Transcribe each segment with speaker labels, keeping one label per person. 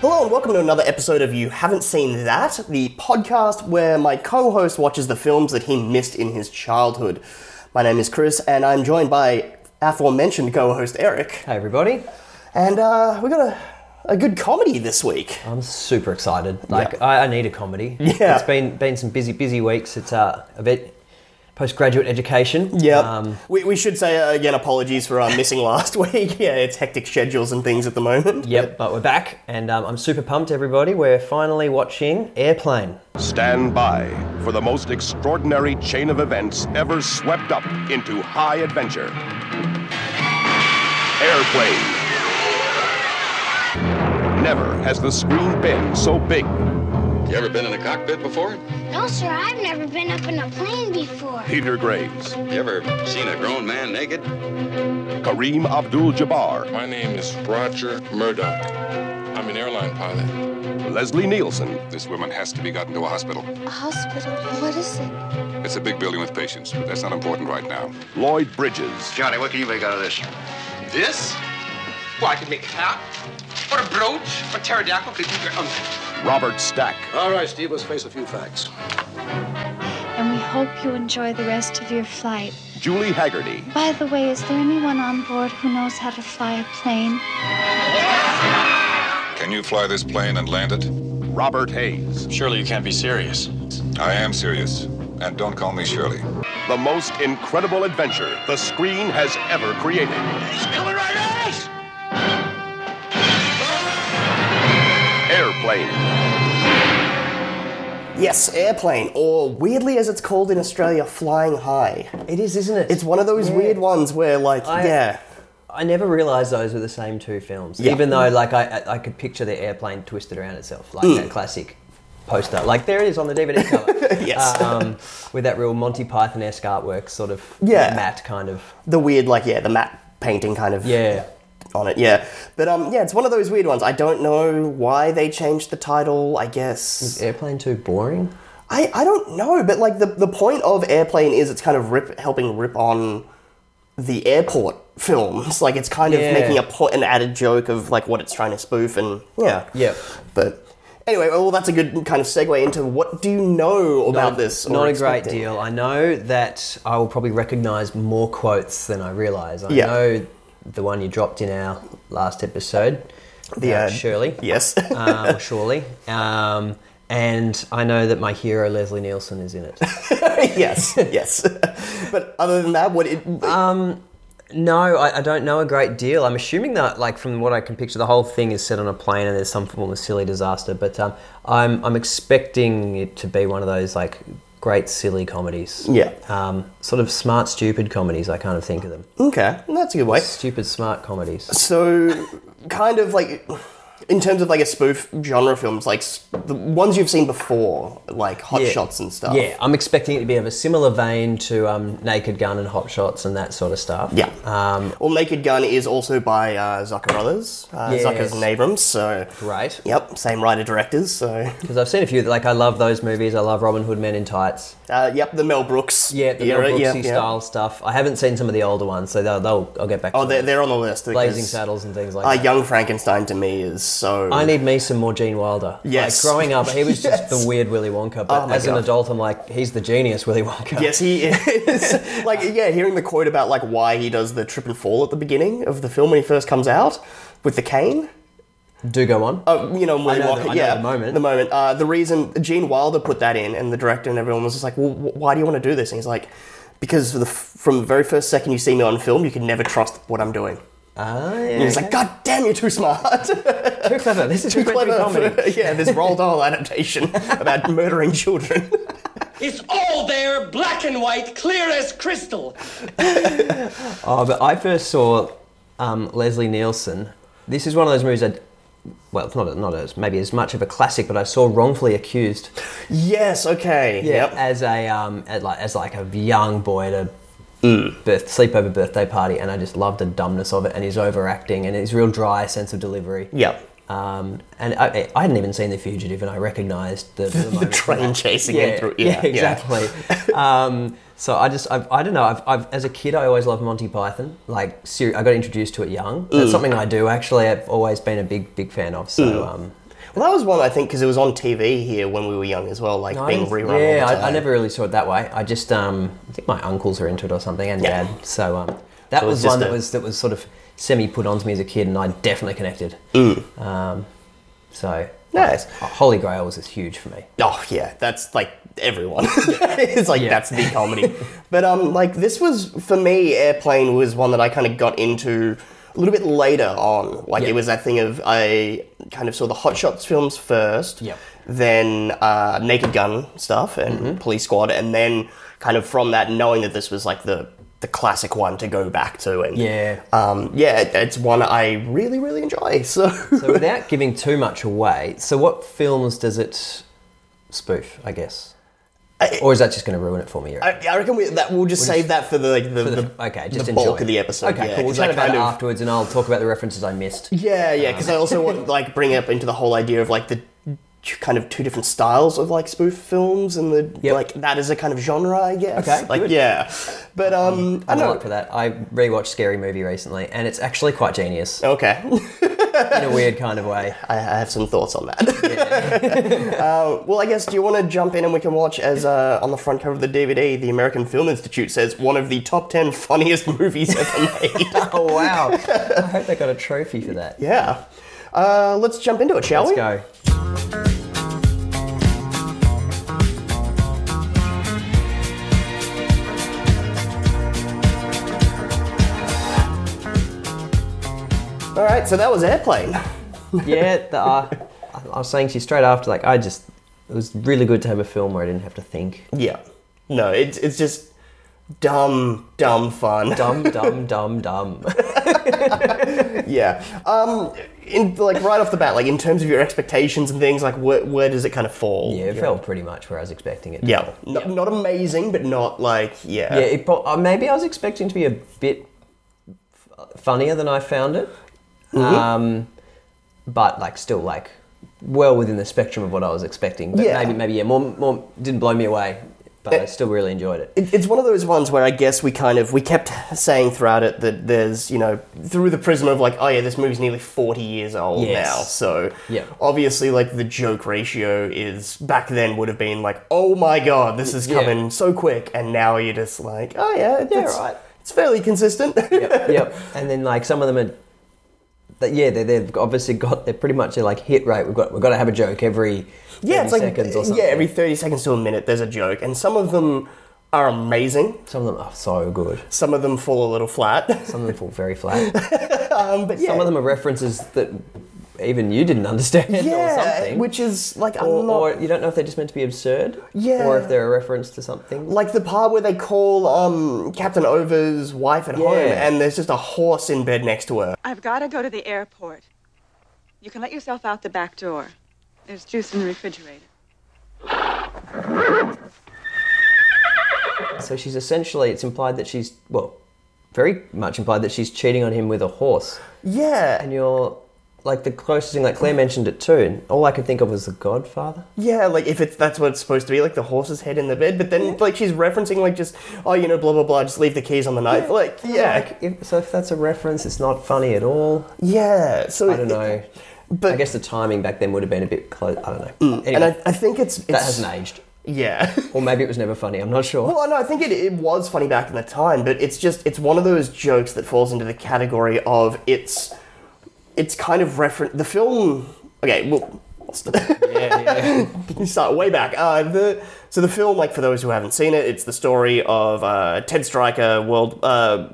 Speaker 1: Hello and welcome to another episode of You Haven't Seen That, the podcast where my co host watches the films that he missed in his childhood. My name is Chris, and I'm joined by aforementioned co host Eric.
Speaker 2: Hey everybody,
Speaker 1: And uh, we got a, a good comedy this week.
Speaker 2: I'm super excited. Like I, I need a comedy.
Speaker 1: Yeah.
Speaker 2: it's been been some busy busy weeks. It's uh, a bit postgraduate education.
Speaker 1: Yep.
Speaker 2: Um,
Speaker 1: we, we should say uh, again apologies for uh, missing last week. Yeah, it's hectic schedules and things at the moment.
Speaker 2: yep. But we're back, and um, I'm super pumped. Everybody, we're finally watching Airplane.
Speaker 3: Stand by for the most extraordinary chain of events ever swept up into high adventure. Airplane. Never has the screen been so big.
Speaker 4: You ever been in a cockpit before?
Speaker 5: No, sir, I've never been up in a plane before.
Speaker 3: Peter Graves,
Speaker 4: You ever seen a grown man naked?
Speaker 3: Kareem Abdul Jabbar,
Speaker 6: My name is Roger Murdoch. I'm an airline pilot.
Speaker 3: Leslie Nielsen,
Speaker 7: This woman has to be gotten to a hospital.
Speaker 5: A hospital? What is it?
Speaker 7: It's a big building with patients, but that's not important right now.
Speaker 3: Lloyd Bridges,
Speaker 4: Johnny, what can you make out of this?
Speaker 8: This? Well, I could make a hat, or a brooch, or pterodactyl. Could do your own.
Speaker 3: Robert Stack,
Speaker 9: All right, Steve, let's face a few facts.
Speaker 5: And we hope you enjoy the rest of your flight.
Speaker 3: Julie Haggerty,
Speaker 5: By the way, is there anyone on board who knows how to fly a plane?
Speaker 7: Can you fly this plane and land it?
Speaker 3: Robert Hayes.
Speaker 8: Surely you can't be serious.
Speaker 7: I am serious. And don't call me Shirley.
Speaker 3: The most incredible adventure the screen has ever created. Airplane.
Speaker 1: Yes, airplane, or weirdly as it's called in Australia, flying high.
Speaker 2: It is, isn't it?
Speaker 1: It's one of those
Speaker 2: Yeah.
Speaker 1: weird ones where, like,
Speaker 2: I-
Speaker 1: yeah.
Speaker 2: I never realised those were the same two films,
Speaker 1: Yeah.
Speaker 2: even though like I, I- I could picture the airplane twisted around itself,
Speaker 1: Mm.
Speaker 2: like that classic poster. Like there it is on the DVD cover.
Speaker 1: Yes.
Speaker 2: Um, with that real Monty Python-esque artwork, sort of
Speaker 1: Yeah.
Speaker 2: matte kind of.
Speaker 1: the weird, like, yeah, the matte painting kind of
Speaker 2: Yeah.
Speaker 1: on it, yeah. But um, yeah, it's one of those weird ones. I don't know why they changed the title. I guess
Speaker 2: Airplane too boring?
Speaker 1: I, I don't know, but like the the point of Airplane is it's kind of rip helping rip on the airport films. Like it's kind of
Speaker 2: Yeah.
Speaker 1: making a po- an added joke of like what it's trying to spoof and yeah
Speaker 2: Yep.
Speaker 1: But anyway, well that's a good kind of segue into what do you know about this? or
Speaker 2: Not a great
Speaker 1: expecting?
Speaker 2: deal. I know that I will probably recognise more quotes than I realise. I
Speaker 1: Yeah.
Speaker 2: know the one you dropped in our last episode.
Speaker 1: The,
Speaker 2: about
Speaker 1: uh,
Speaker 2: Shirley.
Speaker 1: Yes.
Speaker 2: um, surely. Um, and I know that my hero Leslie Nielsen is in it.
Speaker 1: yes. Yes. but other than that, what it
Speaker 2: No, I, I don't know a great deal. I'm assuming that, like, from what I can picture, the whole thing is set on a plane and there's some form of silly disaster. But um, I'm I'm expecting it to be one of those like great silly comedies.
Speaker 1: Yeah.
Speaker 2: Um, sort of smart, stupid comedies. I kind of think of them.
Speaker 1: Okay, that's a good way.
Speaker 2: Stupid, smart comedies.
Speaker 1: So, kind of like, in terms of like a spoof genre films, like s- the ones you've seen before, like Hot
Speaker 2: Yeah.
Speaker 1: Shots and stuff.
Speaker 2: Yeah, I'm expecting it to be of a similar vein to um, Naked Gun and Hot Shots and that sort of stuff.
Speaker 1: Yeah.
Speaker 2: Um,
Speaker 1: Well, Naked Gun is also by uh, Zucker Brothers, uh,
Speaker 2: Yes.
Speaker 1: Zucker's and Abrams. So,
Speaker 2: great.
Speaker 1: yep, same writer directors. So,
Speaker 2: Because I've seen a few. Like, I love those movies. I love Robin Hood Men in Tights.
Speaker 1: uh, yep, the Mel Brooks.
Speaker 2: Yeah, the
Speaker 1: era,
Speaker 2: Mel
Speaker 1: yeah,
Speaker 2: Brooksy
Speaker 1: yeah.
Speaker 2: style stuff. I haven't seen some of the older ones, so they'll, they'll I'll get back.
Speaker 1: Oh,
Speaker 2: to
Speaker 1: they're,
Speaker 2: that.
Speaker 1: they're on the list. because,
Speaker 2: Blazing Saddles and things like
Speaker 1: Uh,
Speaker 2: that.
Speaker 1: Young Frankenstein to me is so.
Speaker 2: I need me some more Gene Wilder.
Speaker 1: Yes.
Speaker 2: Like growing up, he was
Speaker 1: Yes.
Speaker 2: just the weird Willy Wonka. But
Speaker 1: Oh my
Speaker 2: as an
Speaker 1: God.
Speaker 2: adult, I'm like, he's the genius Willy Wonka.
Speaker 1: Yes, he is. like, yeah, hearing the quote about like why he does the trip and fall at the beginning of the film when he first comes out with the cane.
Speaker 2: Do go on.
Speaker 1: Oh, you know, Willy
Speaker 2: know
Speaker 1: Wonka.
Speaker 2: the- I know
Speaker 1: yeah,
Speaker 2: the moment.
Speaker 1: The moment. Uh, the reason Gene Wilder put that in, and the director and everyone was just like, "Well, wh- why do you want to do this?" And he's like, "Because the, f- from the very first second you see me on film, you can never trust what I'm doing."
Speaker 2: Ah,
Speaker 1: And
Speaker 2: yeah.
Speaker 1: he's like, "God damn, you're too smart,
Speaker 2: too clever. This is
Speaker 1: too
Speaker 2: meant to be
Speaker 1: clever."
Speaker 2: comedy.
Speaker 1: for- yeah, this Roald Dahl adaptation about murdering children.
Speaker 10: It's all there, black and white, clear as crystal.
Speaker 2: Oh, but I first saw um, Leslie Nielsen. This is one of those movies I. Well, it's not not as maybe as much of a classic, but I saw wrongfully accused.
Speaker 1: yes. Okay. Yep.
Speaker 2: As a um, as like as like a young boy at a
Speaker 1: Mm.
Speaker 2: birth sleepover birthday party, and I just loved the dumbness of it and his overacting and his real dry sense of delivery.
Speaker 1: Yep.
Speaker 2: Um, and I, I hadn't even seen The Fugitive, and I recognised the, the,
Speaker 1: The
Speaker 2: moment.
Speaker 1: train chasing him through. Yeah. yeah.
Speaker 2: exactly. um, so I just, I've, I don't know. I've, I've, as a kid, I always loved Monty Python. Like, seri- I got introduced to it young. That's something I do actually. I've always been a big, big fan of. So, um,
Speaker 1: Well, that was one I think because it was on TV here when we were young as well, like
Speaker 2: No, I
Speaker 1: being
Speaker 2: didn't-
Speaker 1: rerun. all the
Speaker 2: Yeah,
Speaker 1: time.
Speaker 2: I, I never really saw it that way. I just, um, I think my uncles are into it or something, and
Speaker 1: Yeah.
Speaker 2: dad. So um, that
Speaker 1: So it was
Speaker 2: was one
Speaker 1: just
Speaker 2: that
Speaker 1: a-
Speaker 2: was that was sort of semi put onto me as a kid, and I definitely connected. Um, so
Speaker 1: Nice.
Speaker 2: Holy Grail was just huge for me.
Speaker 1: Oh yeah, that's like everyone. it's like
Speaker 2: Yeah.
Speaker 1: that's the comedy. but um, like this was for me, Airplane was one that I kind of got into a little bit later on. Like
Speaker 2: Yeah.
Speaker 1: it was that thing of I kind of saw the Hot Shots films first,
Speaker 2: Yep.
Speaker 1: then uh, Naked Gun stuff and
Speaker 2: Mm-hmm.
Speaker 1: Police Squad, and then kind of from that knowing that this was like the the classic one to go back to and
Speaker 2: Yeah.
Speaker 1: um, yeah, it- it's one I really really enjoy. So,
Speaker 2: So without giving too much away, so what films does it spoof? I guess, or is that just going to ruin it for me? you reckon?
Speaker 1: I, I reckon we, that we'll just save that for the like the,
Speaker 2: For the-
Speaker 1: the-
Speaker 2: okay, just
Speaker 1: the
Speaker 2: enjoy.
Speaker 1: bulk of the episode.
Speaker 2: Okay,
Speaker 1: yeah,
Speaker 2: cool. We'll
Speaker 1: 'cause I
Speaker 2: chat about Uh,
Speaker 1: kind
Speaker 2: it
Speaker 1: of-
Speaker 2: afterwards, and I'll talk about the references I missed.
Speaker 1: Yeah, yeah, because I also want like bring up into the whole idea of like the t- kind of two different styles of like spoof films and the
Speaker 2: Yep.
Speaker 1: like that is a kind of genre, I guess.
Speaker 2: Okay,
Speaker 1: like
Speaker 2: good.
Speaker 1: yeah, but um, I don't
Speaker 2: I'm
Speaker 1: know.
Speaker 2: up for that. I rewatched Scary Movie recently, and it's actually quite genius
Speaker 1: Okay,
Speaker 2: in a weird kind of way.
Speaker 1: I, I have some thoughts on that. uh, well, I guess do you want to jump in and we can watch as uh, on the front cover of the DVD, the American Film Institute says one of the top ten funniest movies ever made.
Speaker 2: Oh wow! I hope they got a trophy for that.
Speaker 1: yeah, uh, let's jump into it, shall we?
Speaker 2: Let's go.
Speaker 1: All right, so that was Airplane.
Speaker 2: Yeah, the, uh, I I was saying to you straight after, like I just it was really good to have a film where I didn't have to think.
Speaker 1: Yeah. No, it's it's just dumb, dumb fun.
Speaker 2: Dumb, dumb, dumb, dumb.
Speaker 1: yeah. Um, in like right off the bat, like in terms of your expectations and things, like where where does it kind of fall?
Speaker 2: Yeah, it felt pretty much where I was expecting it. to
Speaker 1: Yeah.
Speaker 2: fall.
Speaker 1: No- Not amazing, but not like yeah.
Speaker 2: Yeah, it, pro- uh, maybe I was expecting to be a bit f- funnier than I found it,
Speaker 1: Mm-hmm.
Speaker 2: um, but like still like well within the spectrum of what I was expecting. But
Speaker 1: Yeah. Eh.
Speaker 2: maybe maybe yeah, more more didn't blow me away, but I still really enjoyed it.
Speaker 1: It- It's one of those ones where I guess we kind of we kept saying throughout it that there's you know through the prism of like oh yeah this movie's nearly forty years old
Speaker 2: Yes.
Speaker 1: now so
Speaker 2: Yeah.
Speaker 1: obviously like the joke ratio is back then would have been like oh my god this is
Speaker 2: Yeah.
Speaker 1: coming so quick and now you're just like oh yeah it-
Speaker 2: Yeah,
Speaker 1: it's,
Speaker 2: right.
Speaker 1: it's fairly consistent
Speaker 2: yep, yep. And then like some of them are, that yeah, they they've obviously got they're pretty much a like hit rate. We've got we've got to have a joke every
Speaker 1: yeah
Speaker 2: 30
Speaker 1: it's like
Speaker 2: seconds or something.
Speaker 1: yeah every thirty seconds to a minute there's a joke and some of them are amazing
Speaker 2: some of them are so good.
Speaker 1: some of them fall a little flat
Speaker 2: Some of them fall very flat.
Speaker 1: but yeah.
Speaker 2: Some of them are references that even you didn't understand or
Speaker 1: yeah
Speaker 2: something.
Speaker 1: which is like
Speaker 2: or,
Speaker 1: I'm not
Speaker 2: or you don't know if they're just meant to be absurd,
Speaker 1: Yeah.
Speaker 2: or if they're a reference to something.
Speaker 1: like the part where they call um, Captain Over's wife at home,
Speaker 2: Yeah.
Speaker 1: and there's just a horse in bed next to her.
Speaker 11: I've got to go to the airport. You can let yourself out the back door. There's juice in the refrigerator.
Speaker 2: so she's essentially it's implied that she's well, very much implied that she's cheating on him with a horse.
Speaker 1: Yeah,
Speaker 2: And you're like the closest thing, like Claire mentioned it too, and all I could think of was The Godfather.
Speaker 1: yeah. Like if it's that's what it's supposed to be, like the horse's head in the bed. But then like she's referencing like just oh you know blah blah blah. Just leave the keys on the knife. Like yeah,
Speaker 2: Like, if, so if that's a reference, it's not funny at all.
Speaker 1: yeah. So
Speaker 2: I don't know.
Speaker 1: But Mm,
Speaker 2: I guess the timing back then would have been a bit close. I don't know. Anyway,
Speaker 1: and I, I think it's, it's
Speaker 2: that hasn't aged.
Speaker 1: yeah.
Speaker 2: Or maybe it was never funny. I'm not sure.
Speaker 1: Well, no, I think it, it was funny back in the time, but it's just it's one of those jokes that falls into the category of it's it's kind of reference the film. Okay, well, you start way back. Uh, the so the film, like for those who haven't seen it, it's the story of uh, Ted Stryker, world. Uh,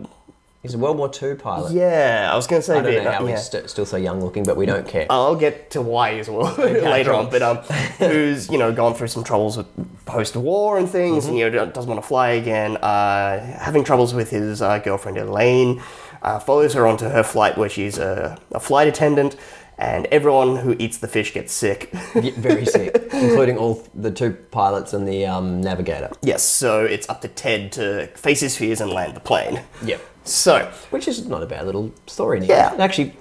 Speaker 2: He's a World War II pilot.
Speaker 1: yeah, I was going to say.
Speaker 2: I don't know
Speaker 1: Vietnam,
Speaker 2: how
Speaker 1: yeah.
Speaker 2: he's st- still so young looking, but we don't care.
Speaker 1: I'll get to why as well later
Speaker 2: cool.
Speaker 1: on, but um, who's you know gone through some troubles with post-war and things, and you know doesn't want to fly again, uh, having troubles with his uh, girlfriend Elaine, uh, follows her onto her flight where she's a, a flight attendant, and everyone who eats the fish gets sick.
Speaker 2: Yeah, Very sick, including all the two pilots and the um, navigator.
Speaker 1: yes, so it's up to Ted to face his fears and land the plane.
Speaker 2: Yep.
Speaker 1: So
Speaker 2: Which is not a bad little story. Nick.
Speaker 1: Yeah.
Speaker 2: Actually,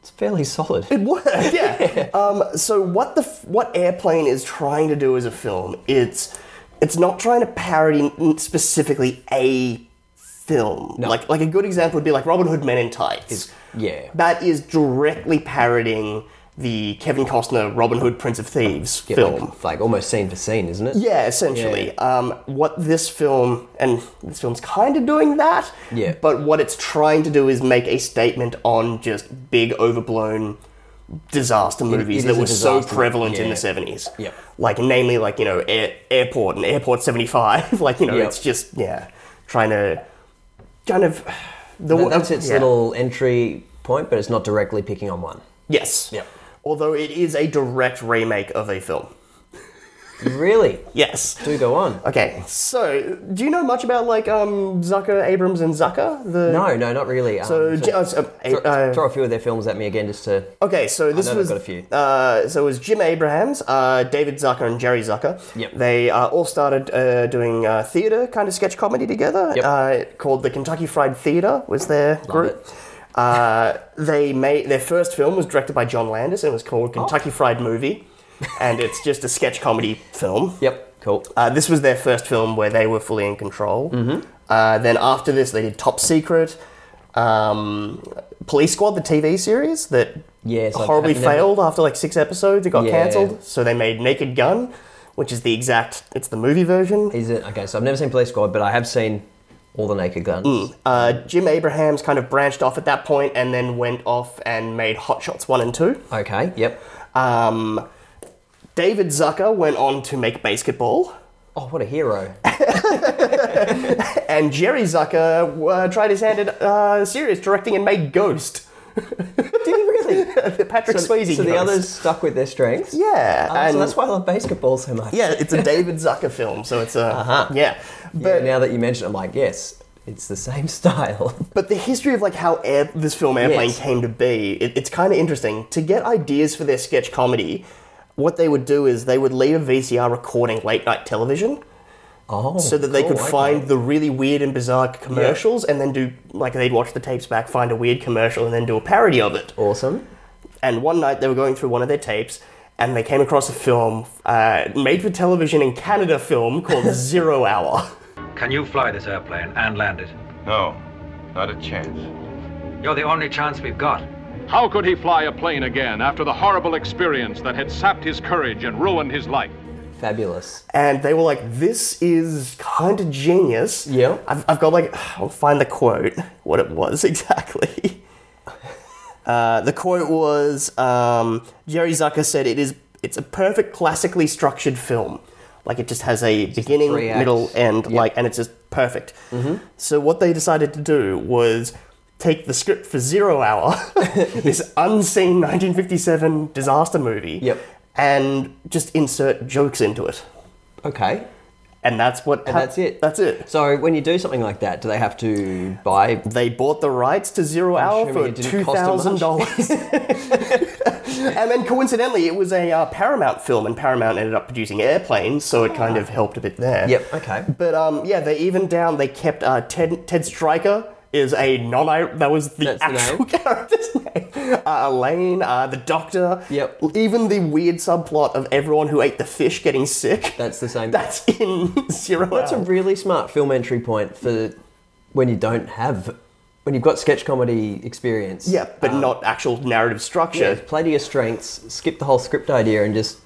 Speaker 2: it's fairly solid.
Speaker 1: yeah. Um, so what the f- what Airplane is trying to do as a film, it's it's not trying to parody n- specifically a film. Like like a good example would be like Robin Hood Men in Tights.
Speaker 2: yeah.
Speaker 1: That is directly parodying the Kevin Costner Robin Hood Prince of Thieves film.
Speaker 2: Like, like almost scene for scene, isn't it?
Speaker 1: Yeah, essentially. Um, what this film, and this film's kind of doing that,
Speaker 2: Yeah.
Speaker 1: but what it's trying to do is make a statement on just big, overblown disaster movies
Speaker 2: it
Speaker 1: that
Speaker 2: is a
Speaker 1: were so
Speaker 2: disaster-
Speaker 1: prevalent in
Speaker 2: yeah.
Speaker 1: the 70s.
Speaker 2: Yep.
Speaker 1: Like, namely, like, you know, Air, Airport and Airport 75. like, you know,
Speaker 2: Yep.
Speaker 1: it's just, yeah, trying to kind of. The,
Speaker 2: That- that's its
Speaker 1: yeah.
Speaker 2: little entry point, but it's not directly picking on one.
Speaker 1: Yes.
Speaker 2: Yep.
Speaker 1: Although it is a direct remake of a film.
Speaker 2: Really?
Speaker 1: Yes.
Speaker 2: Do go on.
Speaker 1: Okay, so do you know much about like um Zucker, Abrams, and Zucker? The
Speaker 2: No, no, not really. Um,
Speaker 1: So,
Speaker 2: throw,
Speaker 1: uh, so,
Speaker 2: throw,
Speaker 1: uh,
Speaker 2: throw a few of their films at me again, just to.
Speaker 1: Okay, so this
Speaker 2: know they've
Speaker 1: was
Speaker 2: got a few.
Speaker 1: Uh, so it was Jim Abrahams, uh, David Zucker, and Jerry Zucker.
Speaker 2: Yep.
Speaker 1: They uh, all started uh, doing uh, theater kind of sketch comedy together.
Speaker 2: Yep.
Speaker 1: Uh, called the Kentucky Fried Theater was their group. Uh, they made their first film was directed by John Landis and it was
Speaker 2: Oh.
Speaker 1: called Kentucky Fried Movie, and it's just a sketch comedy film.
Speaker 2: Yep. Cool.
Speaker 1: Uh, this was their first film where they were fully in control.
Speaker 2: Mm-hmm.
Speaker 1: Uh, then after this, they did Top Secret, um, Police Squad, the TV series that
Speaker 2: Yes, I've-
Speaker 1: horribly
Speaker 2: I've never-
Speaker 1: failed after like six episodes. It got
Speaker 2: Yeah.
Speaker 1: cancelled, so they made Naked Gun, which is the exact. It's the movie version.
Speaker 2: Is it okay? So I've never seen Police Squad, but I have seen all the Naked Guns.
Speaker 1: Uh, Jim Abrahams kind of branched off at that point and then went off and made Hot Shots one and two.
Speaker 2: Okay. Yep.
Speaker 1: Um, David Zucker went on to make Basketball.
Speaker 2: Oh, what a hero!
Speaker 1: and Jerry Zucker uh, tried his hand at uh, serious directing and made Ghost.
Speaker 2: Did he really?
Speaker 1: the Patrick
Speaker 2: so,
Speaker 1: Swayze.
Speaker 2: so the
Speaker 1: Ghost.
Speaker 2: others stuck with their strengths.
Speaker 1: Yeah,
Speaker 2: Oh, so
Speaker 1: and-
Speaker 2: that's why I love basketball so much.
Speaker 1: Yeah, it's a David Zucker film, so it's a yeah. But
Speaker 2: Uh-huh. now that you mention, it, I'm like, yes, it's the same style.
Speaker 1: but the history of like how air, this film Airplane
Speaker 2: Yes.
Speaker 1: came to be, it, it's kind of interesting to get ideas for their sketch comedy. What they would do is they would leave a VCR recording late night television.
Speaker 2: Oh,
Speaker 1: so that they
Speaker 2: cool,
Speaker 1: could
Speaker 2: okay.
Speaker 1: find the really weird and bizarre commercials and then do like they'd watch the tapes back find a weird commercial and then do a parody of it
Speaker 2: awesome.
Speaker 1: and one night they were going through one of their tapes and they came across a film uh, made for television in canada film called zero hour
Speaker 12: Can you fly this airplane and land it?
Speaker 3: No, not a chance.
Speaker 12: You're the only chance we've got.
Speaker 13: How could he fly a plane again after the horrible experience that had sapped his courage and ruined his life?
Speaker 2: Fabulous.
Speaker 1: and they were like this is kind of genius
Speaker 2: Yeah.
Speaker 1: I've, I've got like i'll find the quote what it was exactly uh, the quote was um, jerry zucker said it is it's a perfect classically structured film like it just has a beginning
Speaker 2: three Mm-hmm. acts.
Speaker 1: middle end like and it's just perfect so what they decided to do was take the script for zero hour this unseen 1957 disaster movie
Speaker 2: Yep.
Speaker 1: and just insert jokes into it
Speaker 2: Okay.
Speaker 1: and that's what.
Speaker 2: And
Speaker 1: hap-
Speaker 2: that's it.
Speaker 1: That's it.
Speaker 2: So when you do something like that, do they have to buy?
Speaker 1: They bought the rights to Zero Hour
Speaker 2: assuming
Speaker 1: for
Speaker 2: it
Speaker 1: two
Speaker 2: didn't cost
Speaker 1: thousand
Speaker 2: them much.
Speaker 1: dollars, and then coincidentally, it was a uh, Paramount film, and Paramount ended up producing Airplanes, so it kind of helped a bit there.
Speaker 2: Ah. Yep. Okay.
Speaker 1: But um, yeah, they even down. They kept uh, Ted Ted Stryker is a non. That was the
Speaker 2: That's the
Speaker 1: actual character's name. Uh, Elaine, uh, the Doctor.
Speaker 2: Yep.
Speaker 1: Even the weird subplot of everyone who ate the fish getting sick.
Speaker 2: That's the same.
Speaker 1: That's in Zero
Speaker 2: That's a
Speaker 1: Hour.
Speaker 2: really smart film entry point for when you don't have when you've got sketch comedy experience.
Speaker 1: Yeah, but not actual narrative
Speaker 2: Yeah,
Speaker 1: structure.
Speaker 2: play to your strengths, skip the whole script idea, and just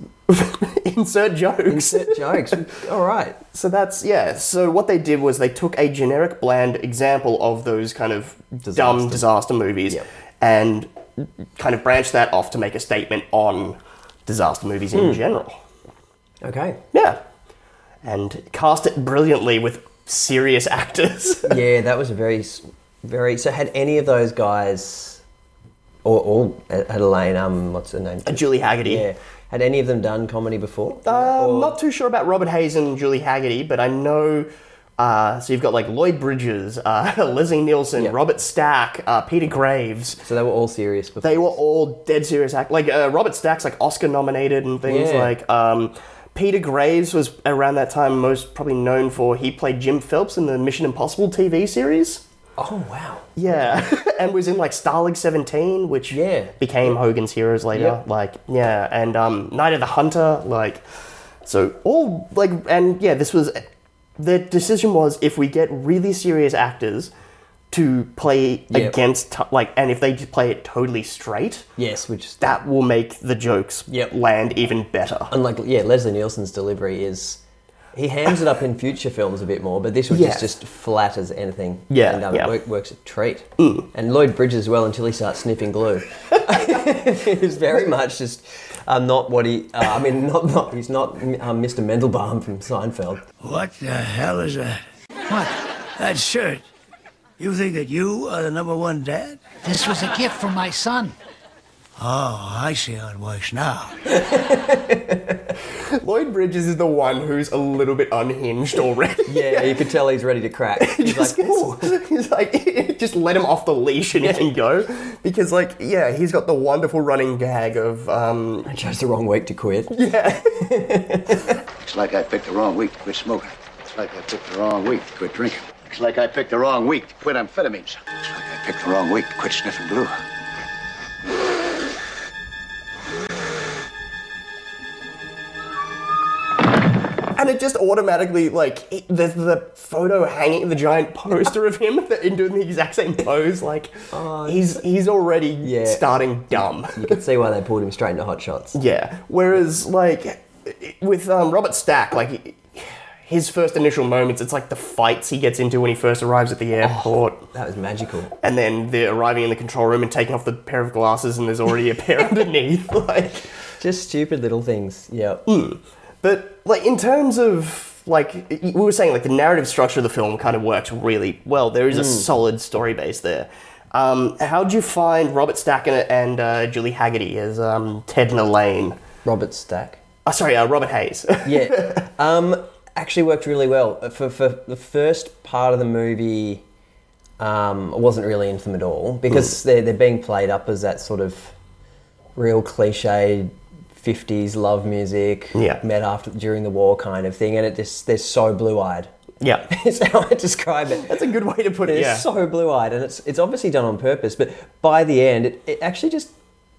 Speaker 1: Insert jokes.
Speaker 2: insert jokes. All right.
Speaker 1: So that's yeah. So what they did was they took a generic bland example of those kind of dumb
Speaker 2: Disaster.
Speaker 1: disaster movies
Speaker 2: Yep.
Speaker 1: and kind of branched that off to make a statement on disaster movies
Speaker 2: Hmm.
Speaker 1: in general.
Speaker 2: Okay.
Speaker 1: Yeah. And cast it brilliantly with serious actors.
Speaker 2: Yeah, that was a very, s- very. So had any of those guys, or all had Elaine? Um, what's her name?
Speaker 1: Julie Haggerty.
Speaker 2: Yeah. Had any of them done comedy before?
Speaker 1: Uh, I'm
Speaker 2: Or-
Speaker 1: not too sure about Robert Hayes and Julie Haggerty, but I know. Uh, so you've got like Lloyd Bridges, uh, Lizzie Nielsen,
Speaker 2: Yeah.
Speaker 1: Robert Stack, uh, Peter Graves.
Speaker 2: So they were all serious before.
Speaker 1: They were all dead serious act. Like uh, Robert Stack's like Oscar nominated and things
Speaker 2: Yeah.
Speaker 1: like. Um, Peter Graves was around that time most probably known for he played Jim Phelps in the Mission Impossible TV series.
Speaker 2: Oh wow.
Speaker 1: Yeah, and was in like Starling Seventeen, which
Speaker 2: Yeah.
Speaker 1: became Hogan's Heroes later.
Speaker 2: Yep.
Speaker 1: Like, yeah, and um, Night of the Hunter, like, so all like, and yeah, this was the decision was if we get really serious actors, to play against t- like and if they just play it totally straight
Speaker 2: yes which
Speaker 1: that will make the jokes land even better
Speaker 2: and like yeah leslie nielsen's delivery is he hams it up in future films a bit more but this one
Speaker 1: Yeah.
Speaker 2: is just flat as anything
Speaker 1: Yeah,
Speaker 2: and um,
Speaker 1: yeah.
Speaker 2: Work, works a treat
Speaker 1: Mm.
Speaker 2: and lloyd bridges as well until he starts sniffing glue it's very much just um, not what he uh, i mean not, not he's not um, mr mendelbaum from seinfeld
Speaker 14: What the hell is that? What? That shirt. You think that you are the number one dad?
Speaker 15: This was a gift from my son.
Speaker 14: Oh, I see how it works now.
Speaker 1: lloyd bridges is the one who's a little bit unhinged already
Speaker 2: yeah you could tell he's ready to crack he's like
Speaker 1: Ooh. he's like, just let him off the leash and he can go. Because, like, yeah, he's got the wonderful running gag of. Um, I
Speaker 2: chose the wrong week to quit.
Speaker 1: Yeah.
Speaker 16: Looks like I picked the wrong week to quit smoking. Looks like I picked the wrong week to quit drinking. Looks like I picked the wrong week to quit amphetamines. Looks like I picked the wrong week to quit sniffing glue.
Speaker 1: And it just automatically, like, it, the, the photo hanging, the giant poster of him the, in doing the exact same pose, like, he's he's already starting dumb.
Speaker 2: You can see why they pulled him straight into hot shots.
Speaker 1: Yeah. Whereas, like, with um, Robert Stack, like, his first initial moments, it's like the fights he gets into when he first arrives at the airport.
Speaker 2: that was magical.
Speaker 1: And then they're arriving in the control room and taking off the pair of glasses, and there's already a pair underneath. Like,
Speaker 2: just stupid little things. Yeah.
Speaker 1: But like, in terms of like, we were saying, like the narrative structure of the film kind of works really well. There is a
Speaker 2: Mm.
Speaker 1: solid story base there. Um, how would you find Robert Stack and, and uh, Julie Haggerty as um, Ted and Elaine?
Speaker 2: Robert Stack.
Speaker 1: Oh, sorry, uh, Robert Hayes.
Speaker 2: yeah. Um, actually worked really well Uh, for for the first part of the movie. Um, I wasn't really into them at all because
Speaker 1: Mm.
Speaker 2: they're they're being played up as that sort of real cliche. 50s love music,
Speaker 1: Yeah.
Speaker 2: met after during the war kind of thing, and it just they're so blue-eyed.
Speaker 1: Yeah,
Speaker 2: is how I describe it.
Speaker 1: That's a good way to put it,
Speaker 2: It's
Speaker 1: yeah.
Speaker 2: so blue-eyed, and it's it's obviously done on purpose. But by the end, it, it actually just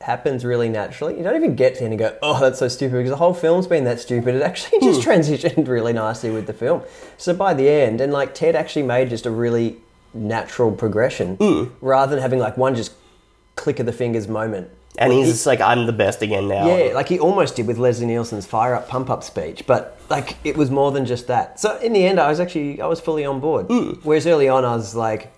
Speaker 2: happens really naturally. You don't even get to end and go, "Oh, that's so stupid," because the whole film's been that stupid. It actually just
Speaker 1: Hmm.
Speaker 2: transitioned really nicely with the film. So by the end, and like Ted actually made just a really natural progression
Speaker 1: Hmm.
Speaker 2: rather than having like one just click of the fingers moment.
Speaker 1: and he's
Speaker 2: He-
Speaker 1: just like, I'm the best again now.
Speaker 2: yeah, like he almost did with Leslie Nielsen's fire up pump up speech, but like it was more than just that. So in the end, I was actually I was fully on board. Whereas early on, I was like,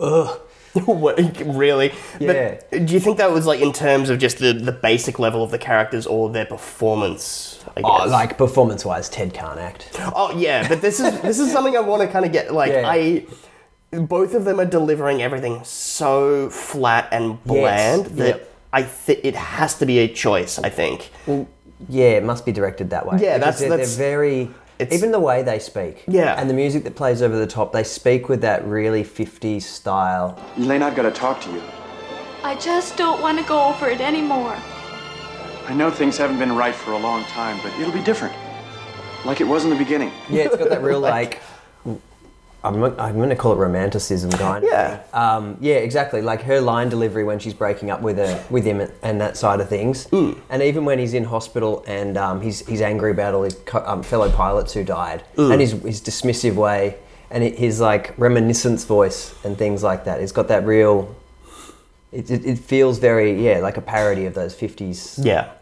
Speaker 2: ugh.
Speaker 1: What- really?
Speaker 2: Yeah.
Speaker 1: But do you think that was like in terms of just the, the basic level of the characters or their performance? I guess?
Speaker 2: Oh, like performance wise, Ted can't act.
Speaker 1: Oh yeah, but this is this is something I want to kind of get like I both of them are delivering everything so flat and bland
Speaker 2: Yes,
Speaker 1: that
Speaker 2: yep. Mm.
Speaker 1: I think it has to be a choice, I think.
Speaker 2: Well, yeah, it must be directed that way.
Speaker 1: Yeah, that's-
Speaker 2: Because they're,
Speaker 1: that's-
Speaker 2: they're very even the way they speak. Yeah, and the music that plays over the top, they speak with that really 50s style. Elaine, I've got to talk to you.
Speaker 17: I just don't want to go over it anymore.
Speaker 18: I know things haven't been right for a long time, but it'll be different. Like it was in the beginning.
Speaker 2: Yeah, it's got that real like. I'm, I'm going to call it romanticism, kind of.
Speaker 18: Yeah.
Speaker 2: Um, yeah, exactly. Like her line delivery when she's breaking up with her, with him, and that side of things. And even when he's in hospital and um, he's he's angry about all his co- um, fellow pilots who died,
Speaker 1: Mm.
Speaker 2: and his his dismissive way, and it, his like reminiscence voice and things like that. It's got that real. It, it, it feels very yeah like a parody of those fifties.
Speaker 1: Yeah.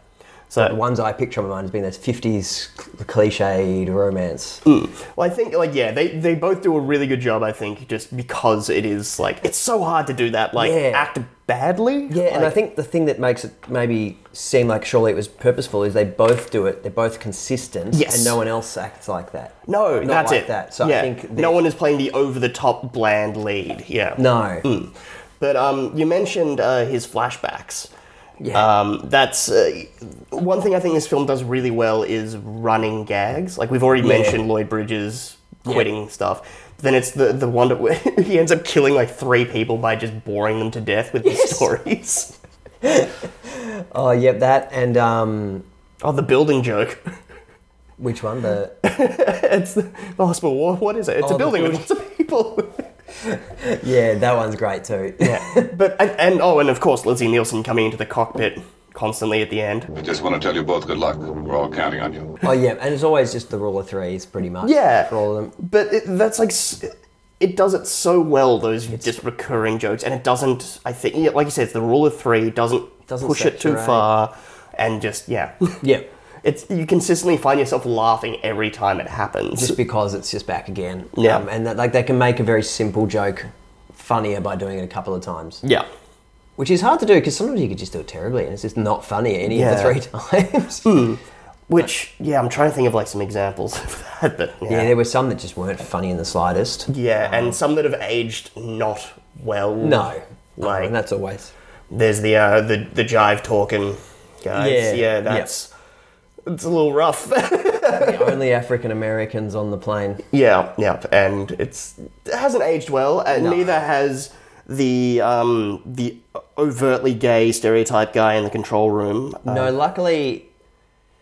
Speaker 1: So
Speaker 2: the ones I picture in my mind has been those fifties cliched romance.
Speaker 1: mm. Well, I think like yeah, they they both do a really good job, I think, just because it is like it's so hard to do that like
Speaker 2: Yeah.
Speaker 1: act badly.
Speaker 2: Yeah, and I think the thing that makes it maybe seem like surely it was purposeful is they both do it. They're both consistent,
Speaker 1: Yes.
Speaker 2: and no one else acts like that.
Speaker 1: no,
Speaker 2: Not
Speaker 1: that's
Speaker 2: like
Speaker 1: it.
Speaker 2: That. So
Speaker 1: yeah.
Speaker 2: I think
Speaker 1: no one is playing the over the top bland lead. Yeah.
Speaker 2: No.
Speaker 1: Mm. But um, you mentioned uh, his flashbacks.
Speaker 2: Yeah.
Speaker 1: Um, that's uh, one thing I think this film does really well is running gags. Like we've already
Speaker 2: Yeah.
Speaker 1: mentioned Lloyd Bridges
Speaker 2: Yeah.
Speaker 1: quitting stuff. Then it's the the one that where he ends up killing like three people by just boring them to death with his stories.
Speaker 2: oh, yep, that and um,
Speaker 1: oh, the building joke.
Speaker 2: Which one? The
Speaker 1: it's the, the hospital. What, what is it? It's
Speaker 2: Oh,
Speaker 1: a
Speaker 2: the
Speaker 1: building with
Speaker 2: building.
Speaker 1: lots of people.
Speaker 2: yeah, that one's great too.
Speaker 1: yeah, but and, and oh, and of course Lizzie Nielsen coming into the cockpit constantly at the end.
Speaker 7: I just want to tell you both good luck. We're all counting on you.
Speaker 2: oh, yeah, and it's always just the rule of threes, pretty much.
Speaker 1: Yeah.
Speaker 2: for all of them.
Speaker 1: But it, that's like s- it does it so well. Those just recurring jokes, and it doesn't. I think, yeah, like you said, it's the rule of three. Doesn't,
Speaker 2: Doesn't
Speaker 1: push it too
Speaker 2: saturate.
Speaker 1: far, and just yeah,
Speaker 2: yeah.
Speaker 1: It's you consistently find yourself laughing every time it happens.
Speaker 2: just because it's just back again. Um,
Speaker 1: Yeah.
Speaker 2: and that, like they can make a very simple joke funnier by doing it a couple of times.
Speaker 1: Yeah.
Speaker 2: Which is hard to do because sometimes you could just do it terribly and it's just not funny any of the three times. times.
Speaker 1: Hmm. Which yeah, I'm trying to think of like some examples of that, but
Speaker 2: Yeah. there were some that just weren't funny in the slightest.
Speaker 1: Yeah, and some that have aged not well.
Speaker 2: No.
Speaker 1: like
Speaker 2: that's always.
Speaker 1: There's the uh, the the jive talking guys. Yeah,
Speaker 2: Yeah, yeah.
Speaker 1: that's it's a little rough.
Speaker 2: the only African Americans on the plane.
Speaker 1: yeah, yeah, and it's it hasn't aged well, and
Speaker 2: No.
Speaker 1: neither has the um the overtly gay stereotype guy in the control room.
Speaker 2: No, luckily,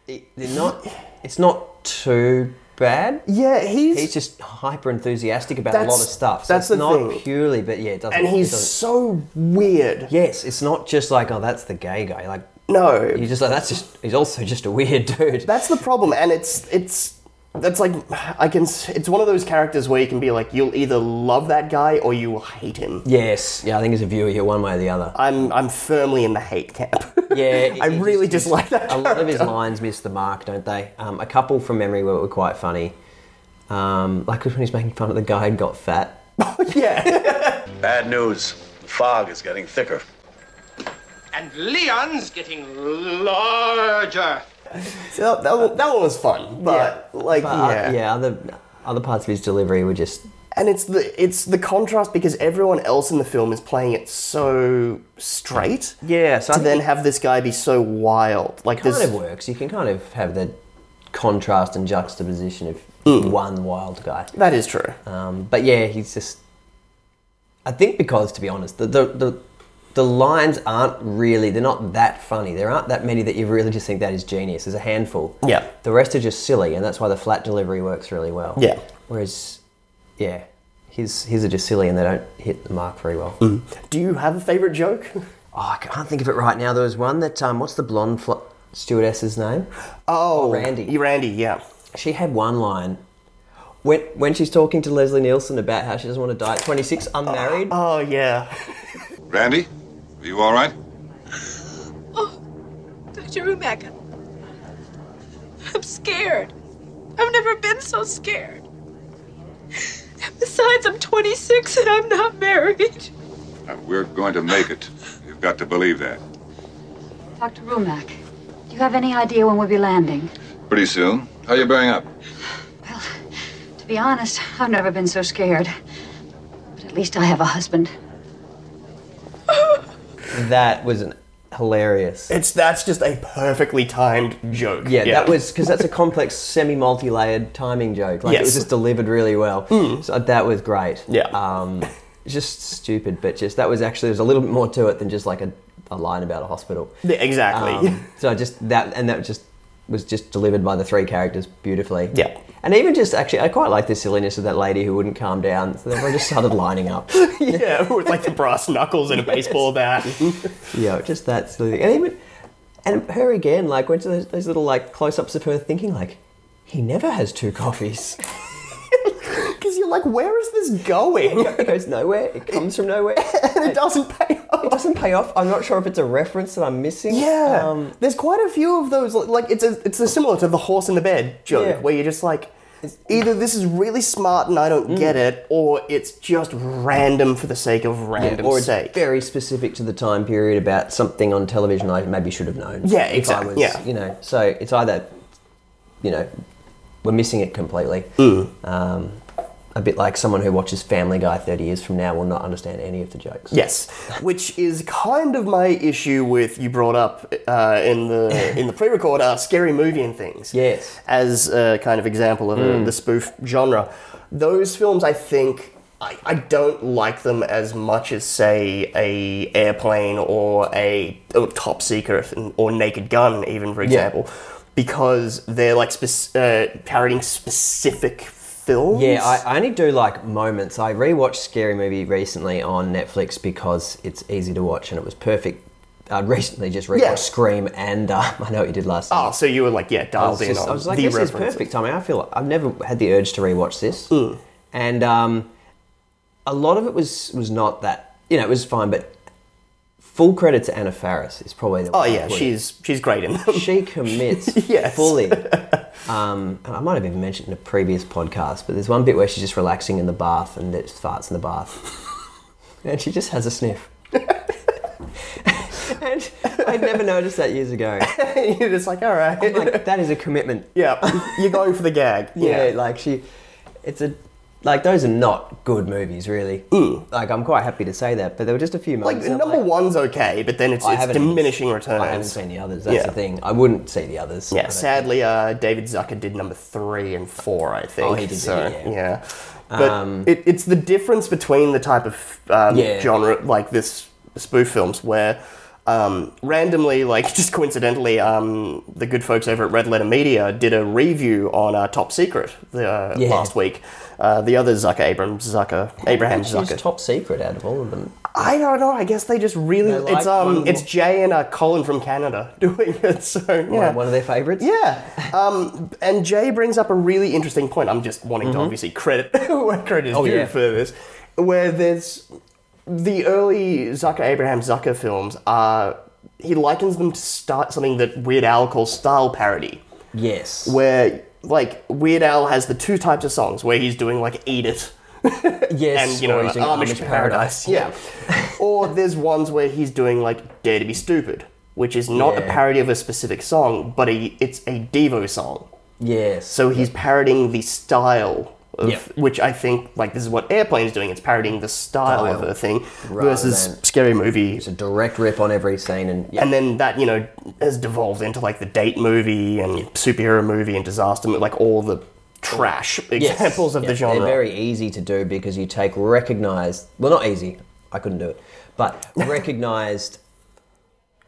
Speaker 2: it- they're not. It's not too bad.
Speaker 1: Yeah, he's
Speaker 2: he's just hyper enthusiastic about a lot of
Speaker 1: That's-
Speaker 2: stuff. So
Speaker 1: that's
Speaker 2: it's
Speaker 1: the
Speaker 2: not
Speaker 1: thing.
Speaker 2: purely, but yeah, it doesn't.
Speaker 1: And
Speaker 2: it
Speaker 1: he's
Speaker 2: doesn't-
Speaker 1: so weird.
Speaker 2: Yes, it's not just like oh, that's the gay guy. Like
Speaker 1: no,
Speaker 2: he's just like that's just. He's also just a weird dude.
Speaker 1: That's the problem, and it's it's that's like I can. s- It's one of those characters where you can be like, you'll either love that guy or you will hate him.
Speaker 2: Yes, yeah, I think as a viewer, you're one way or the other.
Speaker 1: I'm I'm firmly in the hate camp.
Speaker 2: Yeah,
Speaker 1: I really dislike that.
Speaker 2: a lot of his lines miss the mark, don't they? Um, a couple from memory were, were quite funny. Um, like when he's making fun of the guy who got fat.
Speaker 16: Bad news. The fog is getting thicker.
Speaker 8: And Leon's getting larger.
Speaker 1: So that, that, one- that one was fun, but like
Speaker 2: But, uh,
Speaker 1: yeah.
Speaker 2: yeah, other other parts of his delivery were just
Speaker 1: And it's the it's the contrast because everyone else in the film is playing it so straight.
Speaker 2: Yeah, so I
Speaker 1: to
Speaker 2: think
Speaker 1: then
Speaker 2: it-
Speaker 1: have this guy be so wild, like
Speaker 2: kind
Speaker 1: this.
Speaker 2: of works. You can kind of have that contrast and juxtaposition of
Speaker 1: Mm.
Speaker 2: one wild guy.
Speaker 1: That is true.
Speaker 2: Um, but yeah, he's just. I think because, to be honest, the, the the the lines aren't really they're not that funny. There aren't that many that you really just think that is genius. There's a handful.
Speaker 1: Yeah.
Speaker 2: The rest are just silly, and that's why the flat delivery works really well.
Speaker 1: Yeah.
Speaker 2: Whereas, yeah, his his are just silly and they don't hit the mark very well.
Speaker 1: Do you have a favorite joke?
Speaker 2: Oh, I can't think of it right now. There was one that um, what's the blonde fl- stewardess's name?
Speaker 1: Oh,
Speaker 2: Randy.
Speaker 1: you- Randy, yeah.
Speaker 2: She had one line when when she's talking to Leslie Nielsen about how she doesn't want to die at 26, unmarried.
Speaker 1: Oh, yeah.
Speaker 7: Randy, are you all right?
Speaker 17: Dr. Rumack, I'm scared. I've never been so scared. Besides, I'm 26 and I'm not married.
Speaker 7: And Uh, we're going to make it. You've got to believe that.
Speaker 19: Dr. Rumack, do you have any idea when we'll be landing?
Speaker 7: Pretty soon. How you bearing up?
Speaker 19: To be honest, I've never been so scared. But at least I have a husband.
Speaker 2: That was an hilarious.
Speaker 1: It's that's just a perfectly timed joke.
Speaker 2: Yeah, that was because that's a complex, semi-multi-layered timing joke. Like it was
Speaker 1: Yes. Hmm.
Speaker 2: just delivered really well. So that was great.
Speaker 1: Yeah.
Speaker 2: Um, just stupid, but just that was actually there's a little bit more to it than just like a, a line about a hospital. Um,
Speaker 1: Yeah, exactly.
Speaker 2: so just that, and that just was just delivered by the three characters beautifully.
Speaker 1: Yeah.
Speaker 2: And even just actually, I quite like the silliness of that lady who wouldn't calm down. So everyone just started lining up.
Speaker 1: yeah, with like the brass knuckles and a baseball bat.
Speaker 2: Yeah, just that silly thing. And even and her again, like went to those, those little like close-ups of her thinking, like he never has two coffees.
Speaker 1: Because you're like, where is this going?
Speaker 2: It goes nowhere. It comes from nowhere,
Speaker 1: and it doesn't pay off.
Speaker 2: It doesn't pay off. I'm not sure if it's a reference that I'm missing.
Speaker 1: Yeah,
Speaker 2: Um,
Speaker 1: there's quite a few of those. li- Like it's a, it's a similar to the horse in the bed joke,
Speaker 2: Yeah.
Speaker 1: where you're just like, either this is really smart and I don't
Speaker 2: Mm.
Speaker 1: get it, or it's just random for the sake of
Speaker 2: yeah,
Speaker 1: random
Speaker 2: or it's
Speaker 1: sake.
Speaker 2: very specific to the time period about something on television I maybe should have known.
Speaker 1: Yeah,
Speaker 2: if I
Speaker 1: exact-
Speaker 2: was,
Speaker 1: yeah.
Speaker 2: You know, so it's either, you know, we're missing it completely.
Speaker 1: Mm.
Speaker 2: Um, a bit like someone who watches Family Guy 30 years from now will not understand any of the jokes.
Speaker 1: Yes, which is kind of my issue with you brought up uh, in the in the pre-record uh, scary movie and things.
Speaker 2: Yes. Mm.
Speaker 1: as a kind of example of uh, the spoof genre, those films I think I, I don't like them as much as say a airplane or a or Top Secret or Naked Gun even for example, because they're like spec- uh, parodying specific films.
Speaker 2: Yeah, I, I only do like moments. I rewatched Scary Movie recently on Netflix because it's easy to watch and it was perfect. I recently just rewatched
Speaker 1: Yeah.
Speaker 2: Scream and um, I know what you did last.
Speaker 1: Oh, so you were like, yeah,
Speaker 2: I
Speaker 1: dialed
Speaker 2: was,
Speaker 1: in
Speaker 2: just-
Speaker 1: on
Speaker 2: I was like,
Speaker 1: the
Speaker 2: this is
Speaker 1: references.
Speaker 2: perfect. I mean, I feel I've never had the urge to rewatch this, and um, a lot of it was was not that you know it was fine, but full credit to Anna Faris is probably the
Speaker 1: Oh
Speaker 2: way I
Speaker 1: yeah,
Speaker 2: put it.
Speaker 1: she's she's great in them.
Speaker 2: she commits
Speaker 1: Yes.
Speaker 2: fully. Um, and I might have even mentioned in a previous podcast, but there's one bit where she's just relaxing in the bath and there's farts in the bath, and she just has a sniff. and I never noticed that years ago.
Speaker 1: You're just like, all right.
Speaker 2: like, that is a commitment.
Speaker 1: Yeah, you're going for the gag.
Speaker 2: Yeah,
Speaker 1: Yeah.
Speaker 2: like she, it's a, like those are not good movies, really. Like I'm quite happy to say that, but there were just a few
Speaker 1: Like
Speaker 2: moments. that I'm
Speaker 1: number one's okay, but then it's,
Speaker 2: I
Speaker 1: it's
Speaker 2: haven't-
Speaker 1: diminishing returns.
Speaker 2: I haven't seen the others. That's
Speaker 1: Yeah.
Speaker 2: the thing. I wouldn't see the others. I
Speaker 1: Yeah,
Speaker 2: don't
Speaker 1: sadly, uh, David Zucker did number three and four, I think.
Speaker 2: Oh, he did,
Speaker 1: so,
Speaker 2: didn't he?
Speaker 1: yeah. But
Speaker 2: Um,
Speaker 1: it, it's the difference between the type of um,
Speaker 2: Yeah.
Speaker 1: genre, like this spoof films, where um, randomly, like just coincidentally, um, the good folks over at Red Letter Media did a review on uh, Top Secret the, uh,
Speaker 2: Yeah.
Speaker 1: last week. Uh, the other Zucker, Abraham Zucker, Abraham
Speaker 2: Which is
Speaker 1: Zucker.
Speaker 2: top secret out of all of them.
Speaker 1: I don't know. I guess they just really
Speaker 2: They like
Speaker 1: it's um
Speaker 2: one-
Speaker 1: it's Jay and uh, Colin from Canada doing it. So yeah,
Speaker 2: one of their favorites.
Speaker 1: Yeah, um, and Jay brings up a really interesting point. I'm just wanting to obviously credit where credit is
Speaker 2: Mm-hmm. Oh,
Speaker 1: due
Speaker 2: yeah.
Speaker 1: for this, where there's the early Zucker Abraham Zucker films are he likens them to start something that Weird Al calls style parody
Speaker 2: Yes.
Speaker 1: where like Weird Al has the two types of songs where he's doing like Eat It.
Speaker 2: Yes,
Speaker 1: and you know
Speaker 2: or he's
Speaker 1: like,
Speaker 2: doing
Speaker 1: Amish,
Speaker 2: Amish
Speaker 1: Paradise,
Speaker 2: Paradise.
Speaker 1: yeah. or there's ones where he's doing like Dare to Be Stupid, which is not a
Speaker 2: Yeah.
Speaker 1: parody of a specific song, but a, it's a Devo song.
Speaker 2: Yes.
Speaker 1: So he's parodying the style of
Speaker 2: Yeah.
Speaker 1: which I think like this is what Airplane's doing. It's parodying the style, of
Speaker 2: Style.
Speaker 1: a thing
Speaker 2: Rather
Speaker 1: versus
Speaker 2: than-
Speaker 1: scary movie.
Speaker 2: It's a direct rip on every scene, and yeah.
Speaker 1: And then that, you know, has devolved into like the date movie and superhero movie and disaster movie, like all the trash
Speaker 2: Yes.
Speaker 1: examples of
Speaker 2: Yeah,
Speaker 1: the genre.
Speaker 2: They're very easy to do because you take recognized, well, not easy, I couldn't do it, but recognized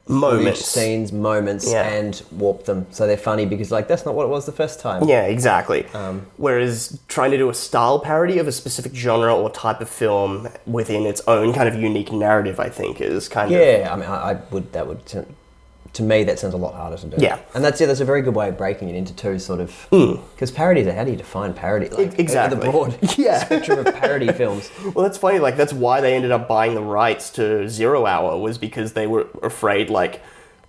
Speaker 1: Moments.
Speaker 2: footage, scenes, moments,
Speaker 1: Yeah.
Speaker 2: and warp them. So they're funny because, like, that's not what it was the first time.
Speaker 1: Yeah, exactly.
Speaker 2: Um,
Speaker 1: Whereas trying to do a style parody of a specific genre or type of film within its own kind of unique narrative, I think, is kind of.
Speaker 2: Yeah, I mean, I, I would, that would, to, to me, that sounds a lot harder to do.
Speaker 1: Yeah. Hmm.
Speaker 2: And that's, yeah, that's a very good way of breaking it into two sort of, because parodies, how do you define parody? Like,
Speaker 1: E-, exactly.
Speaker 2: The broad
Speaker 1: Yeah.
Speaker 2: spectrum of parody films.
Speaker 1: Well, that's funny. Like, that's why they ended up buying the rights to Zero Hour, was because they were afraid, like,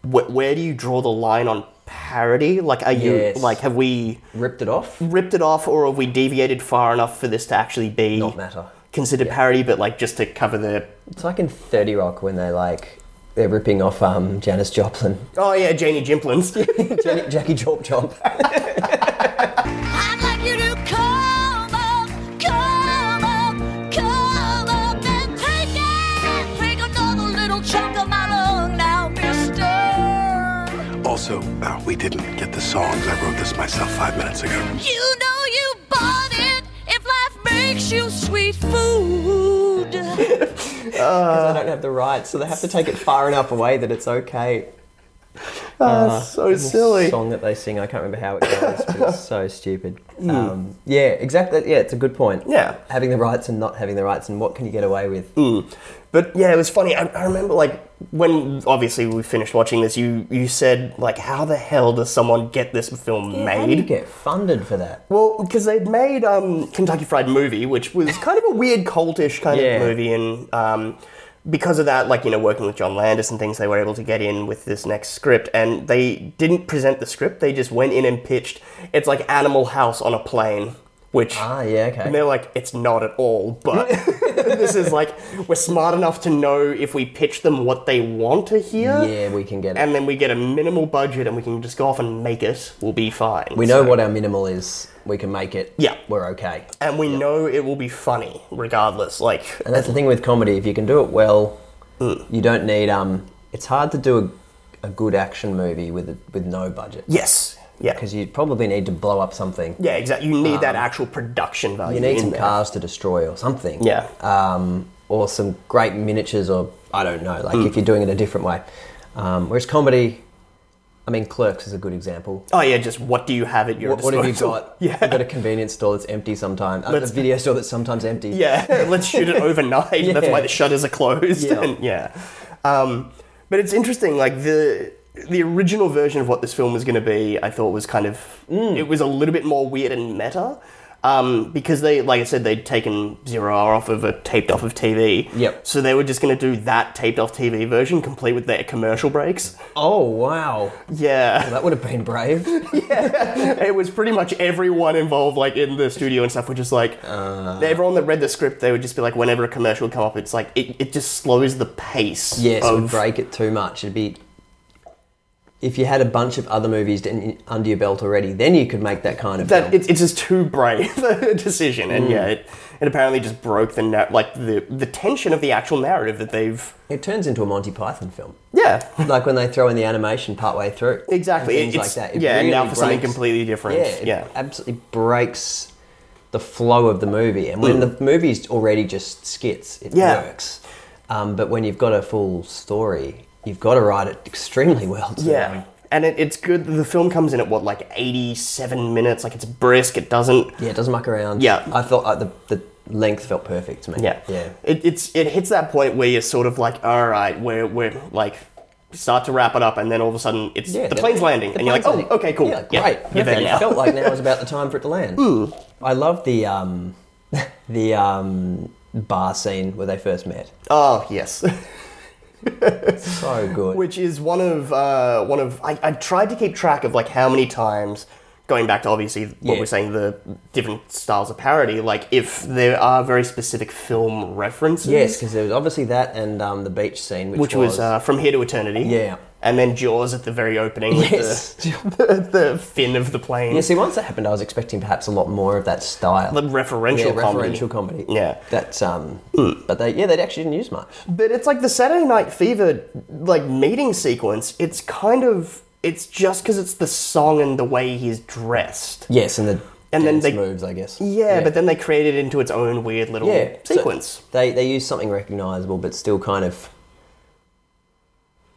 Speaker 1: wh- where do you draw the line on parody? Like, are
Speaker 2: Yes.
Speaker 1: you. Like, have we.
Speaker 2: Ripped it off?
Speaker 1: ripped it off or have we deviated far enough for this to actually be
Speaker 2: Not matter.
Speaker 1: considered parody but like just to cover the
Speaker 2: It's like in 30 Rock when they like, they're ripping off um, Janis Joplin.
Speaker 1: oh yeah janie jimplins
Speaker 2: Uh-huh. Jenny, Jackie Chomp Chomp.
Speaker 17: I'd like you to come up, come up, come up and take it. Take another little chunk of my lung now, mister.
Speaker 20: Also, uh, we didn't get the songs. I wrote this myself five minutes ago.
Speaker 17: You know you bought it if life makes you sweet food.
Speaker 2: Because they don't have the rights, so they have to take it far enough away that it's okay.
Speaker 1: Ah, so
Speaker 2: there's a
Speaker 1: silly.
Speaker 2: song that they sing. I can't remember how it goes, but it's so stupid. Um, yeah, exactly. Yeah, it's a good point.
Speaker 1: Hmm. Yeah.
Speaker 2: having the rights and not having the rights, and what can you get away with?
Speaker 1: Mm. But yeah, it was funny. I, I remember like when obviously we finished watching this, you you said like, how the hell does someone get this film made?
Speaker 2: How do you get funded for that?
Speaker 1: Well, because they'd made um, Kentucky Fried Movie, which was kind of a weird cultish kind
Speaker 2: Yeah.
Speaker 1: of movie, and um, because of that, like you know, working with John Landis and things, they were able to get in with this next script, and they didn't present the script; they just went in and pitched. It's like Animal House on a plane, which
Speaker 2: Ah, yeah, okay.
Speaker 1: and they're like, it's not at all, but this is like, we're smart enough to know if we pitch them what they want to hear.
Speaker 2: Yeah, we can get it.
Speaker 1: And then we get a minimal budget and we can just go off and make it. We'll be fine.
Speaker 2: we know
Speaker 1: So-
Speaker 2: what our minimal is. We can make it.
Speaker 1: Yeah.
Speaker 2: we're okay.
Speaker 1: And we know it will be funny, regardless. Like,
Speaker 2: And that's the thing with comedy. If you can do it well, you don't need. Um, it's hard to do a, a good action movie with a, with no budget.
Speaker 1: yes. Yeah.
Speaker 2: because you probably need to blow up something.
Speaker 1: Yeah, exactly. You need that
Speaker 2: Um,
Speaker 1: actual production value.
Speaker 2: You need
Speaker 1: in
Speaker 2: some
Speaker 1: there.
Speaker 2: cars to destroy or something.
Speaker 1: Yeah.
Speaker 2: Um, or some great miniatures, or I don't know. Like
Speaker 1: Mm.
Speaker 2: if you're doing it a different way. Um, whereas comedy, I mean, Clerks is a good example.
Speaker 1: Oh, yeah, just what do you have at your
Speaker 2: What, what have you
Speaker 1: disposal?
Speaker 2: got?
Speaker 1: Yeah.
Speaker 2: You've got a convenience store that's empty sometimes. uh, A
Speaker 1: Let's-
Speaker 2: video store that's sometimes empty.
Speaker 1: Yeah, let's shoot it overnight. That's why
Speaker 2: Yeah.
Speaker 1: the shutters are closed.
Speaker 2: Yeah.
Speaker 1: And, yeah. Um, but it's interesting. Like the the
Speaker 2: Mm.
Speaker 1: original version of what this film was going to be, I thought was kind of it was a little bit more weird and meta. Um, because they, like I said, they'd taken Zero Hour off of a taped off of TV.
Speaker 2: Yep.
Speaker 1: So they were just going to do that taped off TV version, complete with their commercial breaks.
Speaker 2: Oh, wow.
Speaker 1: Yeah.
Speaker 2: Well, that would have been brave.
Speaker 1: yeah. It was pretty much everyone involved, like in the studio and stuff, were just like,
Speaker 2: Uh.
Speaker 1: everyone that read the script, they would just be like, whenever a commercial would come up, it's like, it, it just slows the pace.
Speaker 2: Yes, it would
Speaker 1: of,
Speaker 2: break it too much. It'd be if you had a bunch of other movies in- under your belt already, then you could make that kind of
Speaker 1: that
Speaker 2: film.
Speaker 1: it's it's just too brave a decision, and
Speaker 2: Mm.
Speaker 1: yeah, it, it apparently just broke the nar- like the the tension of the actual narrative that they've.
Speaker 2: It turns into a Monty Python film.
Speaker 1: Yeah,
Speaker 2: like when they throw in the animation partway through.
Speaker 1: Exactly.
Speaker 2: and things
Speaker 1: It's-
Speaker 2: like that. It
Speaker 1: yeah, and now
Speaker 2: really
Speaker 1: for something
Speaker 2: breaks-
Speaker 1: completely different.
Speaker 2: Yeah, it
Speaker 1: Yeah.
Speaker 2: absolutely breaks the flow of the movie. And when
Speaker 1: Mm.
Speaker 2: the movie's already just skits, it
Speaker 1: Yeah.
Speaker 2: works. Um, but when you've got a full story, you've got to write it extremely well. To
Speaker 1: Yeah, and it, it's good. that The film comes in at what like eighty seven minutes. Like it's brisk. It doesn't.
Speaker 2: Yeah, it doesn't muck around.
Speaker 1: Yeah,
Speaker 2: I felt like the the length felt perfect to me.
Speaker 1: Yeah,
Speaker 2: yeah.
Speaker 1: It, it's it hits that point where you're sort of like, all right, we're we're like start to wrap it up, and then all of a sudden it's
Speaker 2: Yeah,
Speaker 1: the
Speaker 2: the-
Speaker 1: plane's landing,
Speaker 2: the
Speaker 1: and you're like,
Speaker 2: plane's
Speaker 1: oh, okay, cool,
Speaker 2: Yeah, great.
Speaker 1: you're there
Speaker 2: Perfect.
Speaker 1: now.
Speaker 2: It felt like now was about the time for it to land. I love the um, the um, bar scene where they first met.
Speaker 1: Oh yes.
Speaker 2: so good.
Speaker 1: Which is one of uh, one of I, I tried to keep track of like how many times going back to obviously what
Speaker 2: Yeah.
Speaker 1: we're saying the different styles of parody like if there are very specific film references
Speaker 2: Yes, because there was obviously that and um, the beach scene, which,
Speaker 1: which, was, uh, from here to eternity
Speaker 2: Yeah.
Speaker 1: and then Jaws at the very opening with
Speaker 2: Yes.
Speaker 1: the, the, the fin of the plane
Speaker 2: yeah. See, once that happened, I was expecting perhaps a lot more of that style,
Speaker 1: the referential
Speaker 2: yeah,
Speaker 1: comedy.
Speaker 2: referential comedy.
Speaker 1: Yeah. Hmm.
Speaker 2: that's um, but they yeah they actually didn't use much.
Speaker 1: But it's like the Saturday Night Fever like meeting sequence. It's kind of it's just because it's the song and the way he's dressed.
Speaker 2: Yes, and the
Speaker 1: And then
Speaker 2: dance
Speaker 1: they-
Speaker 2: moves, I guess.
Speaker 1: Yeah, but then they create it into its own weird little
Speaker 2: yeah, so
Speaker 1: sequence.
Speaker 2: they they use something recognizable, but still kind of.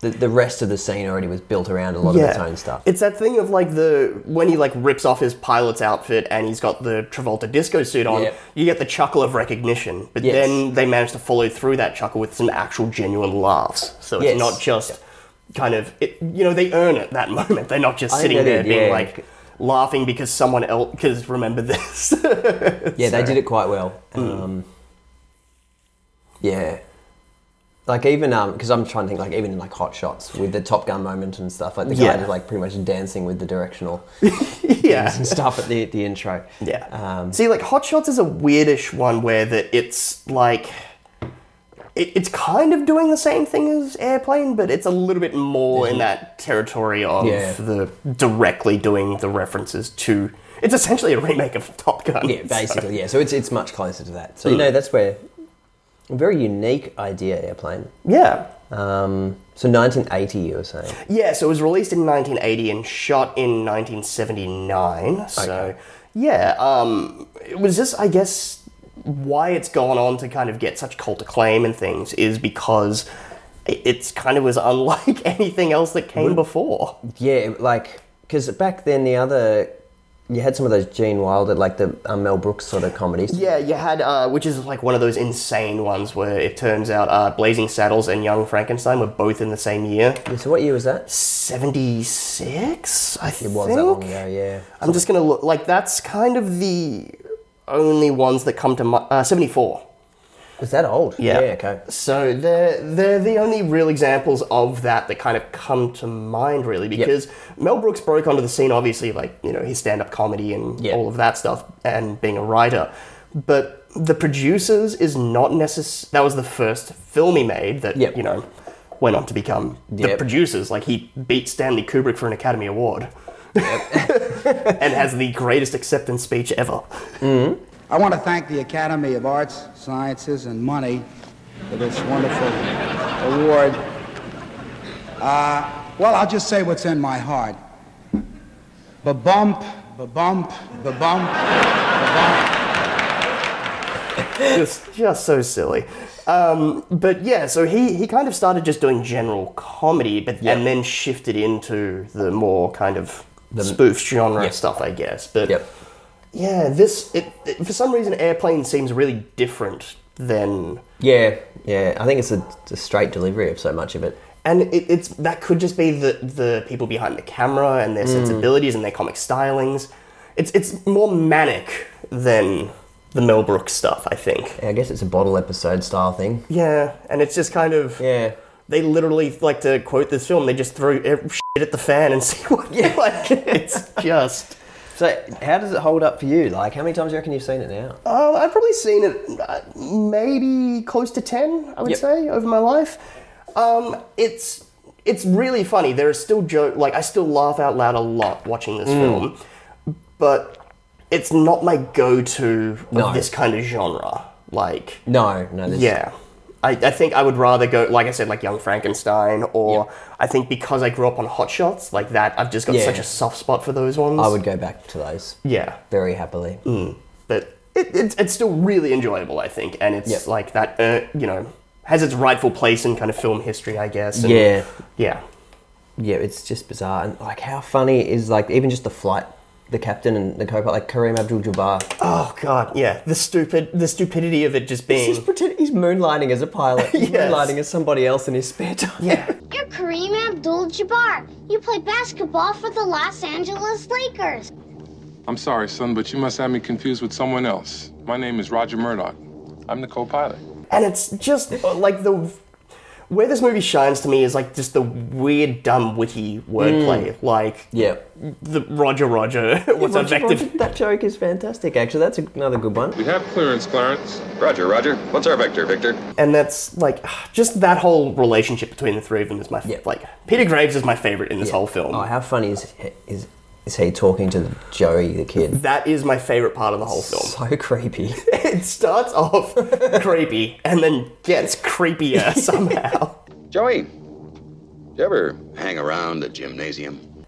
Speaker 2: The, the rest of the scene already was built around a lot of its own stuff.
Speaker 1: It's that thing of like the when he like rips off his pilot's outfit and he's got the Travolta disco suit on.
Speaker 2: Yep.
Speaker 1: You get the chuckle of recognition, but
Speaker 2: Yes.
Speaker 1: then they manage to follow through that chuckle with some actual genuine laughs. So it's
Speaker 2: Yes.
Speaker 1: not just kind of it, you know they earn it that moment. They're not just
Speaker 2: I
Speaker 1: sitting
Speaker 2: think they
Speaker 1: there
Speaker 2: did,
Speaker 1: being
Speaker 2: yeah.
Speaker 1: like laughing because someone else because remember this.
Speaker 2: Yeah,
Speaker 1: Sorry.
Speaker 2: they did it quite well.
Speaker 1: Hmm.
Speaker 2: Um, yeah, like even because I'm trying to think like even in like Hot Shots with the Top Gun moment and stuff like the
Speaker 1: Yeah.
Speaker 2: guy is like pretty much dancing with the directional
Speaker 1: yeah
Speaker 2: and stuff at the the intro. Um,
Speaker 1: Yeah. Um, See, like Hot Shots is a weirdish one where that it's like it, it's kind of doing the same thing as Airplane, but it's a little bit more in that territory of
Speaker 2: Mm-hmm. Yeah.
Speaker 1: the directly doing the references to. It's essentially a remake of Top Gun.
Speaker 2: Yeah, basically, yeah. So it's it's much closer to that. So
Speaker 1: Mm.
Speaker 2: you know that's where a very unique idea airplane.
Speaker 1: Yeah.
Speaker 2: Um, so 1980, you were saying.
Speaker 1: Yeah, so it was released in 1980 and shot in 1979. So, yeah, um, it was just, I guess, why it's gone on to kind of get such cult acclaim and things is because it- it's kind of was unlike anything else that came
Speaker 2: Would-
Speaker 1: before.
Speaker 2: Yeah, like because back then the other you had some of those Gene Wilder like the um, Mel Brooks sort of comedies.
Speaker 1: Yeah, you had, uh, which is like one of those insane ones where it turns out uh, Blazing Saddles and Young Frankenstein were both in the same year.
Speaker 2: So what year was that?
Speaker 1: 76, I think.
Speaker 2: It was that long ago, yeah.
Speaker 1: I'm just gonna look. Like that's kind of the only ones that come to my uh, 74.
Speaker 2: Was that old?
Speaker 1: Yeah.
Speaker 2: okay.
Speaker 1: So they're they're the only real examples of that that kind of come to mind really because Mel Brooks broke onto the scene obviously like you know his stand up comedy and all of that stuff and being a writer, but the producers is not necess. That was the first film he made that you know went on to become the
Speaker 2: Yep.
Speaker 1: producers. Like he beat Stanley Kubrick for an Academy Award. and has the greatest acceptance speech ever.
Speaker 21: Mm-hmm. I want to thank the Academy of Arts, Sciences, and Money for this wonderful award. Uh, well, I'll just say what's in my heart. Ba-bump, ba-bump, ba-bump, ba-bump.
Speaker 1: just just so silly. Um, but yeah, so he he kind of started just doing general comedy, but and then shifted into the more kind of
Speaker 2: The-
Speaker 1: spoof genre
Speaker 2: Yep.
Speaker 1: stuff, I guess. But yeah, this it, it- for some reason airplane seems really different than
Speaker 2: Yeah, yeah. I think it's a, a straight delivery of so much of it.
Speaker 1: and it, it's that could just be the the people behind the camera and their
Speaker 2: Mm.
Speaker 1: sensibilities and their comic stylings. It's it's more manic than the Mel Brooks stuff, I think.
Speaker 2: I guess it's a bottle episode style thing.
Speaker 1: Yeah, and it's just kind of
Speaker 2: yeah.
Speaker 1: They literally like to quote this film. They just throw ev- shit at the fan and see what. Yeah, like it's just.
Speaker 2: So, how does it hold up for you? Like, how many times do you reckon you've seen it now?
Speaker 1: Uh, I've probably seen it uh, maybe close to ten. I would
Speaker 2: Yep.
Speaker 1: say over my life. Um, it's it's really funny. There are still joke like I still laugh out loud a lot watching this
Speaker 2: Mm.
Speaker 1: film, but it's not my go-to
Speaker 2: No.
Speaker 1: of this kind of genre. Like
Speaker 2: No, no. There's,
Speaker 1: yeah. I, I think I would rather go, like I said, like Young Frankenstein, or I think because I grew up on Hot Shots, like that, I've just got
Speaker 2: Yeah.
Speaker 1: such a soft spot for those ones.
Speaker 2: I would go back to those
Speaker 1: Yeah.
Speaker 2: very happily.
Speaker 1: Mm. But it, it, it's still really enjoyable, I think, and it's
Speaker 2: Yep.
Speaker 1: like that, uh, you know, has its rightful place in kind of film history, I guess. and-
Speaker 2: Yeah.
Speaker 1: Yeah.
Speaker 2: Yeah, it's just bizarre. And like, how funny is like even just the flight, the captain and the co-pilot, like Kareem Abdul-Jabbar.
Speaker 1: Oh God, yeah. The stupid, the stupidity of it just being.
Speaker 2: He's pretend he's moonlighting as a pilot. He's moonlighting as somebody else in his spare time.
Speaker 1: Yeah.
Speaker 6: You're Kareem Abdul-Jabbar. You play basketball for the Los Angeles Lakers.
Speaker 22: I'm sorry, son, but you must have me confused with someone else. My name is Roger Murdoch. I'm the co pilot.
Speaker 1: And it's just uh, like the where this movie shines to me is like just the weird, dumb, witty wordplay.
Speaker 2: Mm.
Speaker 1: Like
Speaker 2: yeah,
Speaker 1: the Roger Roger. What's
Speaker 2: Roger,
Speaker 1: effective?
Speaker 2: Roger, that joke is fantastic. Actually, that's another good one.
Speaker 22: We have clearance, Clarence.
Speaker 4: Roger, Roger. What's our vector, Victor?
Speaker 1: And that's like just that whole relationship between the three of them is my favorite. like Peter Graves is my favorite in this whole film.
Speaker 2: Oh, how funny is is is he talking to Joey the kid?
Speaker 1: That is my favorite part of the whole film.
Speaker 2: So creepy.
Speaker 1: It starts off creepy and then gets creepier somehow.
Speaker 4: Joey, did you ever hang around the gymnasium?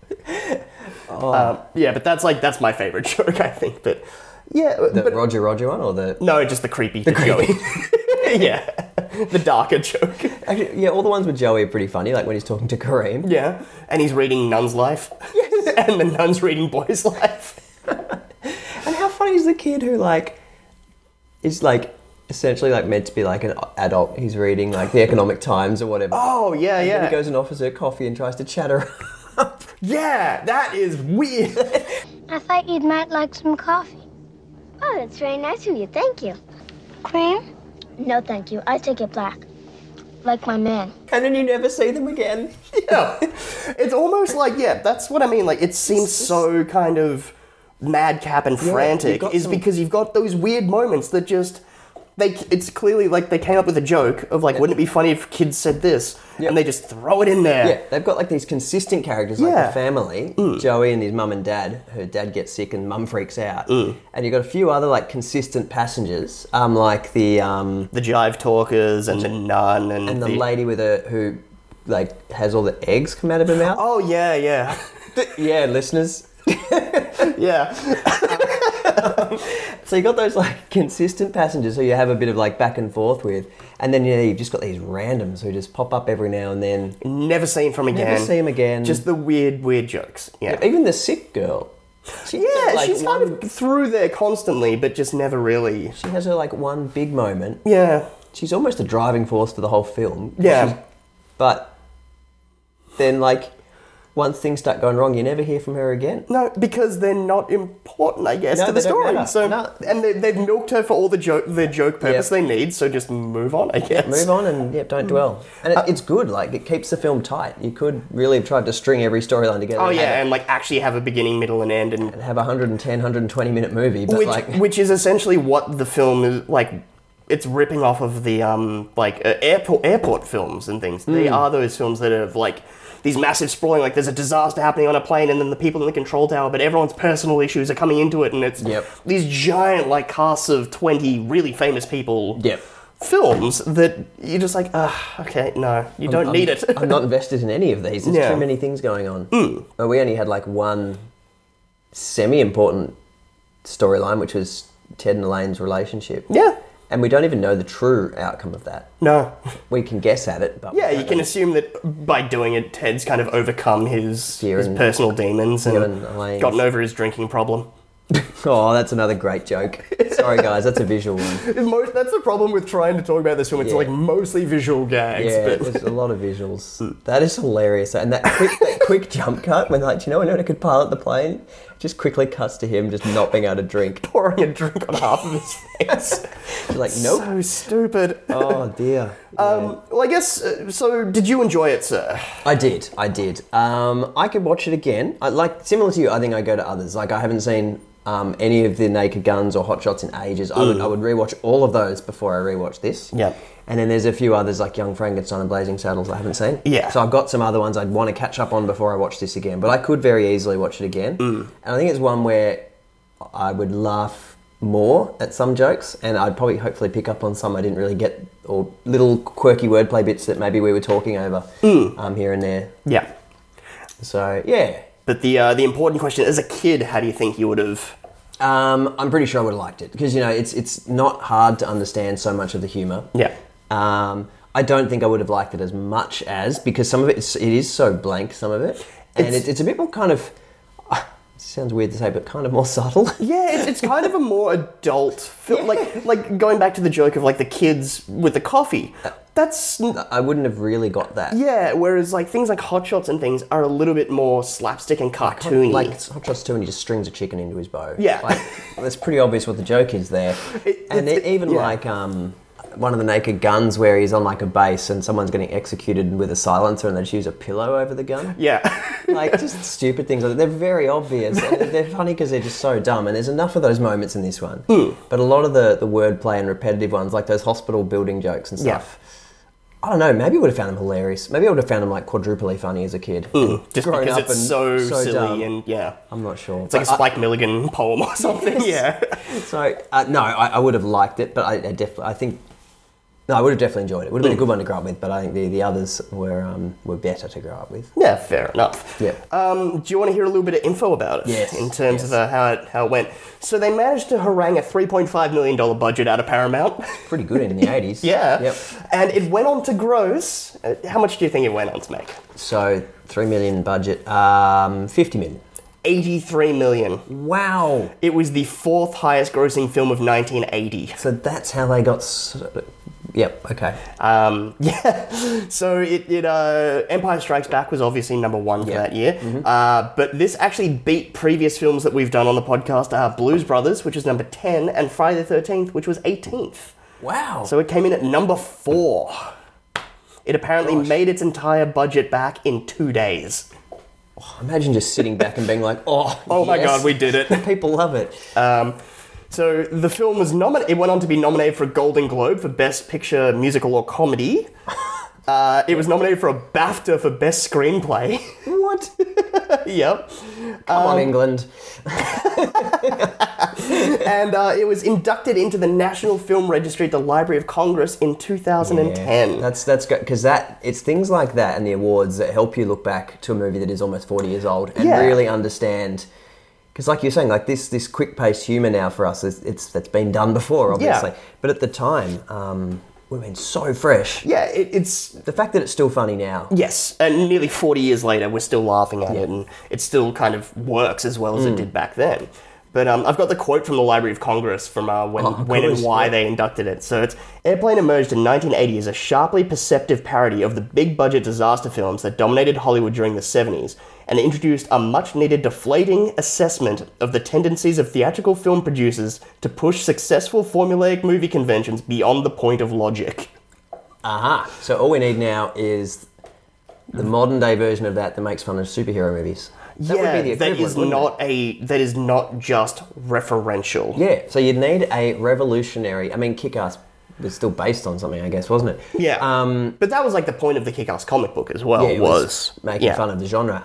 Speaker 1: Um, yeah, but that's like that's my favorite joke, I think. But yeah,
Speaker 2: The
Speaker 1: but
Speaker 2: Roger Roger one or the
Speaker 1: no, just the creepy, the creepy. yeah, the darker joke.
Speaker 2: Actually, yeah, all the ones with Joey are pretty funny. Like when he's talking to Kareem.
Speaker 1: Yeah, and he's reading Nun's Life. Yes, and the nun's reading Boy's Life.
Speaker 2: And how funny is the kid who like is like essentially like meant to be like an adult? He's reading like the Economic Times or whatever.
Speaker 1: Oh yeah,
Speaker 2: And then
Speaker 1: yeah,
Speaker 2: he goes and offers her coffee and tries to chat her. up.
Speaker 1: yeah. That is weird.
Speaker 6: I thought you'd might like some coffee. Oh, that's very nice of you. Thank you. Cream? No, thank you. I take it black. Like my man.
Speaker 2: And then you never see them again.
Speaker 1: yeah. It's almost like, yeah, that's what I mean. Like, it seems so kind of madcap and
Speaker 2: you've
Speaker 1: frantic
Speaker 2: got
Speaker 1: is
Speaker 2: some-
Speaker 1: because you've got those weird moments that just. They, it's clearly like they came up with a joke of like, wouldn't it be funny if kids said this? And they just throw it in there.
Speaker 2: Yeah, they've got like these consistent characters, like
Speaker 1: Yeah.
Speaker 2: the family, Joey and his mum and dad. Her dad gets sick and mum freaks out.
Speaker 1: Mm.
Speaker 2: And you've got a few other like consistent passengers, um, like the um,
Speaker 1: The jive talkers and the nun and,
Speaker 2: and the, lady with her who like has all the eggs come out of her mouth.
Speaker 1: Oh yeah, yeah,
Speaker 2: yeah, listeners.
Speaker 1: yeah.
Speaker 2: So you got those like consistent passengers who you have a bit of like back and forth with, and then yeah, you've just got these randoms who just pop up every now and then.
Speaker 1: Never seen from again.
Speaker 2: Never see him again.
Speaker 1: Just the weird, weird jokes. Yeah.
Speaker 2: even the sick girl. She
Speaker 1: yeah,
Speaker 2: like,
Speaker 1: she's kind of through there constantly, but just never really.
Speaker 2: She has her like one big moment.
Speaker 1: Yeah.
Speaker 2: She's almost a driving force for the whole film.
Speaker 1: Yeah.
Speaker 2: She's- but then like once things start going wrong, you never hear from her again.
Speaker 1: No, because they're not important, I guess,
Speaker 2: No,
Speaker 1: to the
Speaker 2: they don't
Speaker 1: story.
Speaker 2: matter.
Speaker 1: So,
Speaker 2: No.
Speaker 1: and they, they've milked her for all the joke, the joke purpose they need. So just move on, I guess.
Speaker 2: Move on and yeah,
Speaker 1: Hmm.
Speaker 2: don't dwell. And it,
Speaker 1: Uh,
Speaker 2: it's good. Like it keeps the film tight. You could really have tried to string every storyline together.
Speaker 1: Oh
Speaker 2: and
Speaker 1: yeah,
Speaker 2: have
Speaker 1: and like actually have a beginning, middle, and end, and
Speaker 2: it- have a 110, 120 minute movie, but
Speaker 1: which
Speaker 2: like
Speaker 1: which is essentially what the film is like. It's ripping off of the um like uh, airport airport films and things. They
Speaker 2: Mm.
Speaker 1: are those films that have like these massive sprawling. Like there's a disaster happening on a plane, and then the people in the control tower, but everyone's personal issues are coming into it, and it's
Speaker 2: Yep.
Speaker 1: these giant like casts of twenty really famous people.
Speaker 2: Yep.
Speaker 1: Films that you're just like, ah, okay, no, you
Speaker 2: I'm-
Speaker 1: don't
Speaker 2: I'm-
Speaker 1: need it.
Speaker 2: I'm not invested in any of these. There's
Speaker 1: Yeah. Hmm.
Speaker 2: too many things going on. But we only had like one semi-important storyline, which was Ted and Elaine's relationship.
Speaker 1: Yeah.
Speaker 2: And we don't even know the true outcome of that.
Speaker 1: No.
Speaker 2: We can guess at it, but we
Speaker 1: Yeah, you
Speaker 2: don't
Speaker 1: can
Speaker 2: know.
Speaker 1: assume that by doing it, Ted's kind of overcome his, his
Speaker 2: and-
Speaker 1: personal demons and
Speaker 2: Yeah, and Elaine's.
Speaker 1: gotten over his drinking problem.
Speaker 2: Oh, that's another great joke. Sorry, guys, that's a visual one.
Speaker 1: Most, that's the problem with trying to talk about this film. It's
Speaker 2: Yeah.
Speaker 1: like mostly visual gags.
Speaker 2: Yeah,
Speaker 1: but
Speaker 2: there's a lot of
Speaker 1: Hmm.
Speaker 2: visuals. that is hilarious. And that quick, that quick jump cut when like, do you know, anyone who could pilot the plane? Just quickly cuts to him just not being able to drink. Pouring a drink on half of his face. She's like, nope.
Speaker 1: So stupid.
Speaker 2: Oh dear.
Speaker 1: Um, well, I guess. Uh, so, did you enjoy it, sir?
Speaker 2: I did. I did. Um, I could watch it again. I, like similar to you, I think I go to others. Like I haven't seen um, any of the Naked Guns or Hot Shots in ages. I would
Speaker 1: Mm.
Speaker 2: I would rewatch all of those before I rewatch this.
Speaker 1: Yep.
Speaker 2: And then there's a few others like Young Frankenstein and Blazing Saddles I haven't seen.
Speaker 1: Yeah.
Speaker 2: So I've got some other ones I'd want to catch up on before I watch this again. But I could very easily watch it again.
Speaker 1: Mm.
Speaker 2: And I think it's one where I would laugh more at some jokes, and I'd probably hopefully pick up on some I didn't really get, or little quirky wordplay bits that maybe we were talking over
Speaker 1: Mm.
Speaker 2: um, here and there.
Speaker 1: Yeah.
Speaker 2: So yeah.
Speaker 1: But the uh, the important question as a kid, how do you think you would have?
Speaker 2: Um, I'm pretty sure I would have liked it because you know it's it's not hard to understand so much of the humor.
Speaker 1: Yeah.
Speaker 2: Um, I don't think I would have liked it as much as because some of it is, it is so blank. Some of it, and it's,
Speaker 1: It's-
Speaker 2: it's, a bit more kind of. it sounds weird to say, but kind of more subtle.
Speaker 1: Yeah, it's, it's kind of a more adult film. Like like going back to the joke of like the kids with the coffee.
Speaker 2: Uh,
Speaker 1: That's
Speaker 2: I wouldn't have really got that.
Speaker 1: Yeah, whereas like things like Hot Shots and things are a little bit more slapstick and cartoony.
Speaker 2: Like it's Hot Shots Two, and he just strings a chicken into his bow.
Speaker 1: Yeah.
Speaker 2: like, that's pretty obvious what the joke is there. and
Speaker 1: it's-
Speaker 2: e- even
Speaker 1: yeah.
Speaker 2: like um, one of the Naked Guns, where he's on like a base and someone's getting executed with a silencer, and they just use a pillow over the gun.
Speaker 1: yeah,
Speaker 2: like just stupid things. Like that. They're very obvious. And they're funny because they're just so dumb. And there's enough of those moments in this one. But a lot of the the wordplay and repetitive ones, like those hospital building jokes and
Speaker 1: Yeah.
Speaker 2: stuff. I don't know. Maybe I would have found them hilarious. Maybe I would have found them like quadruply funny as a kid. And
Speaker 1: just
Speaker 2: grown
Speaker 1: because
Speaker 2: up
Speaker 1: it's
Speaker 2: and
Speaker 1: so, silly
Speaker 2: dumb.
Speaker 1: and yeah,
Speaker 2: I'm not sure.
Speaker 1: it's like a
Speaker 2: But I-
Speaker 1: Spike Milligan poem or something. Yeah,
Speaker 2: so uh, no, I, I would have liked it, but I, I definitely, I think, no, I would have definitely enjoyed it. Would have been a good one to grow up with, but I think the, the others were um, were better to grow up with.
Speaker 1: yeah, fair enough.
Speaker 2: Yeah.
Speaker 1: Um, do you want to hear a little bit of info about it?
Speaker 2: Yes,
Speaker 1: In terms of uh, how it how it went. So they managed to harangue a 3.5 million dollar budget out of Paramount.
Speaker 2: Pretty good in the 80s.
Speaker 1: yeah.
Speaker 2: Yep.
Speaker 1: And it went on to gross. Uh, how much do you think it went on to make?
Speaker 2: So three million budget, um, fifty million.
Speaker 1: 83 million.
Speaker 2: Wow.
Speaker 1: It was the fourth highest grossing film of 1980.
Speaker 2: So that's how they got. s yep. Okay.
Speaker 1: Um, yeah. So it, it uh, Empire Strikes Back was obviously number one for that year, uh, but this actually beat previous films that we've done on the podcast: uh, Blues Brothers, which is number ten, and Friday the Thirteenth, which was eighteenth.
Speaker 2: Wow.
Speaker 1: So it came in at number four. It apparently made its entire budget back in two days.
Speaker 2: Imagine just sitting back and being like, oh,
Speaker 1: Oh my
Speaker 2: yes.
Speaker 1: God, we did it.
Speaker 2: People love it.
Speaker 1: Um, so the film was nominated. It went on to be nominated for a Golden Globe for Best Picture, Musical, or Comedy. Uh, it was nominated for a BAFTA for Best Screenplay.
Speaker 2: What?
Speaker 1: yep.
Speaker 2: Come
Speaker 1: Um,
Speaker 2: on, England.
Speaker 1: And uh, it was inducted into the National Film Registry at the Library of Congress in 2010.
Speaker 2: That's that's good because that it's things like that and the awards that help you look back to a movie that is almost forty years old and
Speaker 1: Yeah.
Speaker 2: really understand. Because, like you're saying, like this this quick paced humor now for us, is, it's that's been done before,
Speaker 1: Yeah.
Speaker 2: obviously. But at the time, um, would have been so fresh.
Speaker 1: Yeah, it, it's
Speaker 2: The fact that it's still funny now.
Speaker 1: Yes, and nearly 40 years later, we're still laughing at it, and it still kind of works as well as
Speaker 2: Mm.
Speaker 1: it did back then. But um, I've got the quote from the Library of Congress from uh, when,
Speaker 2: Oh, of
Speaker 1: when
Speaker 2: course,
Speaker 1: and why
Speaker 2: yeah.
Speaker 1: they inducted it. So it's Airplane emerged in 1980 as a sharply perceptive parody of the big budget disaster films that dominated Hollywood during the 70s and introduced a much needed deflating assessment of the tendencies of theatrical film producers to push successful formulaic movie conventions beyond the point of logic.
Speaker 2: Aha. So all we need now is the modern day version of that that makes fun of superhero movies. That
Speaker 1: yeah,
Speaker 2: would be the
Speaker 1: that
Speaker 2: equivalent.
Speaker 1: is
Speaker 2: wouldn't it?
Speaker 1: not a that is not just referential.
Speaker 2: Yeah, so you'd need a revolutionary. I mean, Kick Ass was still based on something, I guess, wasn't it?
Speaker 1: Yeah. Um, but that was like the point of the kick-ass comic book as well.
Speaker 2: Yeah, it
Speaker 1: was,
Speaker 2: making
Speaker 1: yeah,
Speaker 2: fun of the genre.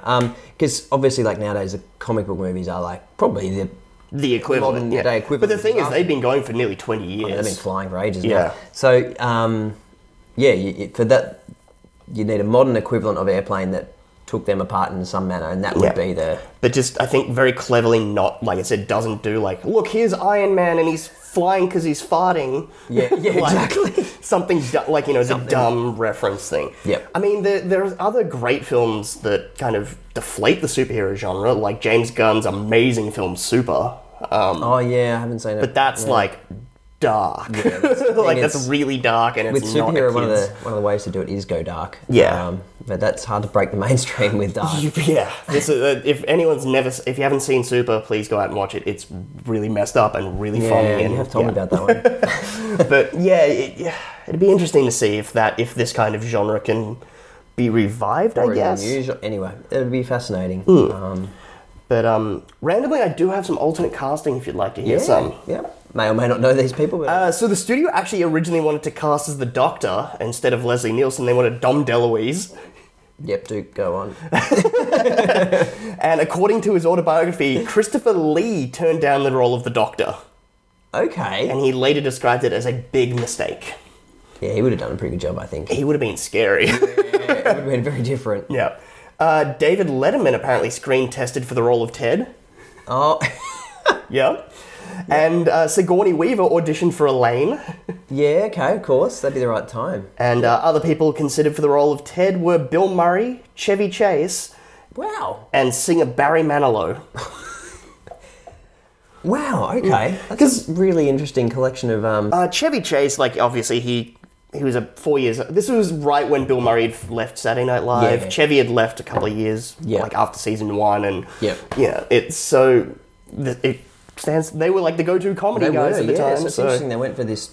Speaker 2: Because obviously, like nowadays, the comic book movies are like probably the.
Speaker 1: the equivalent,
Speaker 2: modern
Speaker 1: yeah.
Speaker 2: day
Speaker 1: But
Speaker 2: equivalent Oh,
Speaker 1: the thing is,
Speaker 2: of-
Speaker 1: they've been going for nearly twenty
Speaker 2: I
Speaker 1: years.
Speaker 2: mean, they've been flying for ages
Speaker 1: Yeah.
Speaker 2: now. So, um, yeah, you, you- for that, you need a modern equivalent of airplane that took them apart in some manner, and that would
Speaker 1: Yeah.
Speaker 2: be the.
Speaker 1: but just I think very cleverly not like I said doesn't do like look here's Iron Man and he's flying because he's farting.
Speaker 2: Yeah, yeah, exactly.
Speaker 1: Something du- like you know the dumb reference thing.
Speaker 2: Yep.
Speaker 1: I mean there there's other great films that kind of deflate the superhero genre, like James Gunn's amazing film Super. Um,
Speaker 2: Oh yeah, I haven't seen it.
Speaker 1: But that's
Speaker 2: Yeah.
Speaker 1: like dark. like that's really dark, and it's
Speaker 2: with
Speaker 1: not a
Speaker 2: superhero. One of
Speaker 1: kid's-
Speaker 2: the one of the ways to do it is go dark.
Speaker 1: Yeah.
Speaker 2: um, but that's hard to break the mainstream with dark.
Speaker 1: Yeah, this is, uh, if anyone's never, s- if you haven't seen Super, please go out and watch it. It's really messed up and really
Speaker 2: Yeah,
Speaker 1: funny.
Speaker 2: you
Speaker 1: and,
Speaker 2: have told me about that
Speaker 1: one. but yeah, it, yeah, it'd be interesting to see if that, if this kind of genre can be revived.
Speaker 2: Or
Speaker 1: I
Speaker 2: in
Speaker 1: guess.
Speaker 2: the usual- Anyway, it would be fascinating.
Speaker 1: Mm.
Speaker 2: Um,
Speaker 1: but um, randomly, I do have some alternate casting if you'd like to hear
Speaker 2: Yeah,
Speaker 1: some.
Speaker 2: yeah. May or may not know these people. But
Speaker 1: um, Uh, so the studio actually originally wanted to cast as the Doctor instead of Leslie Nielsen. They wanted Dom DeLuise.
Speaker 2: Yep, do go on.
Speaker 1: and according to his autobiography, Christopher Lee turned down the role of the Doctor.
Speaker 2: Okay.
Speaker 1: And he later described it as a big mistake.
Speaker 2: Yeah, he would have done a pretty good job, I think.
Speaker 1: He would have been scary.
Speaker 2: it would have been very different.
Speaker 1: yeah. Uh, David Letterman apparently screen tested for the role of Ted.
Speaker 2: Oh.
Speaker 1: yeah. And uh, Sigourney Weaver auditioned for Elaine.
Speaker 2: Yeah, okay, of course. That'd be the right time.
Speaker 1: And uh, other people considered for the role of Ted were Bill Murray, Chevy Chase,
Speaker 2: Wow.
Speaker 1: and singer Barry Manilow.
Speaker 2: Wow. Okay.
Speaker 1: Mm.
Speaker 2: That's a really interesting collection of um.
Speaker 1: Uh, Chevy Chase, like obviously he he was a four years. This was right when Bill Murray had left Saturday Night Live.
Speaker 2: Yeah.
Speaker 1: Chevy had left a couple of years,
Speaker 2: Yeah.
Speaker 1: like after season one, and
Speaker 2: Yep.
Speaker 1: yeah, it's so th- it stands. They were like the go-to comedy
Speaker 2: They
Speaker 1: guys
Speaker 2: were,
Speaker 1: at the
Speaker 2: yeah,
Speaker 1: time.
Speaker 2: so it's
Speaker 1: so-
Speaker 2: interesting they went for this.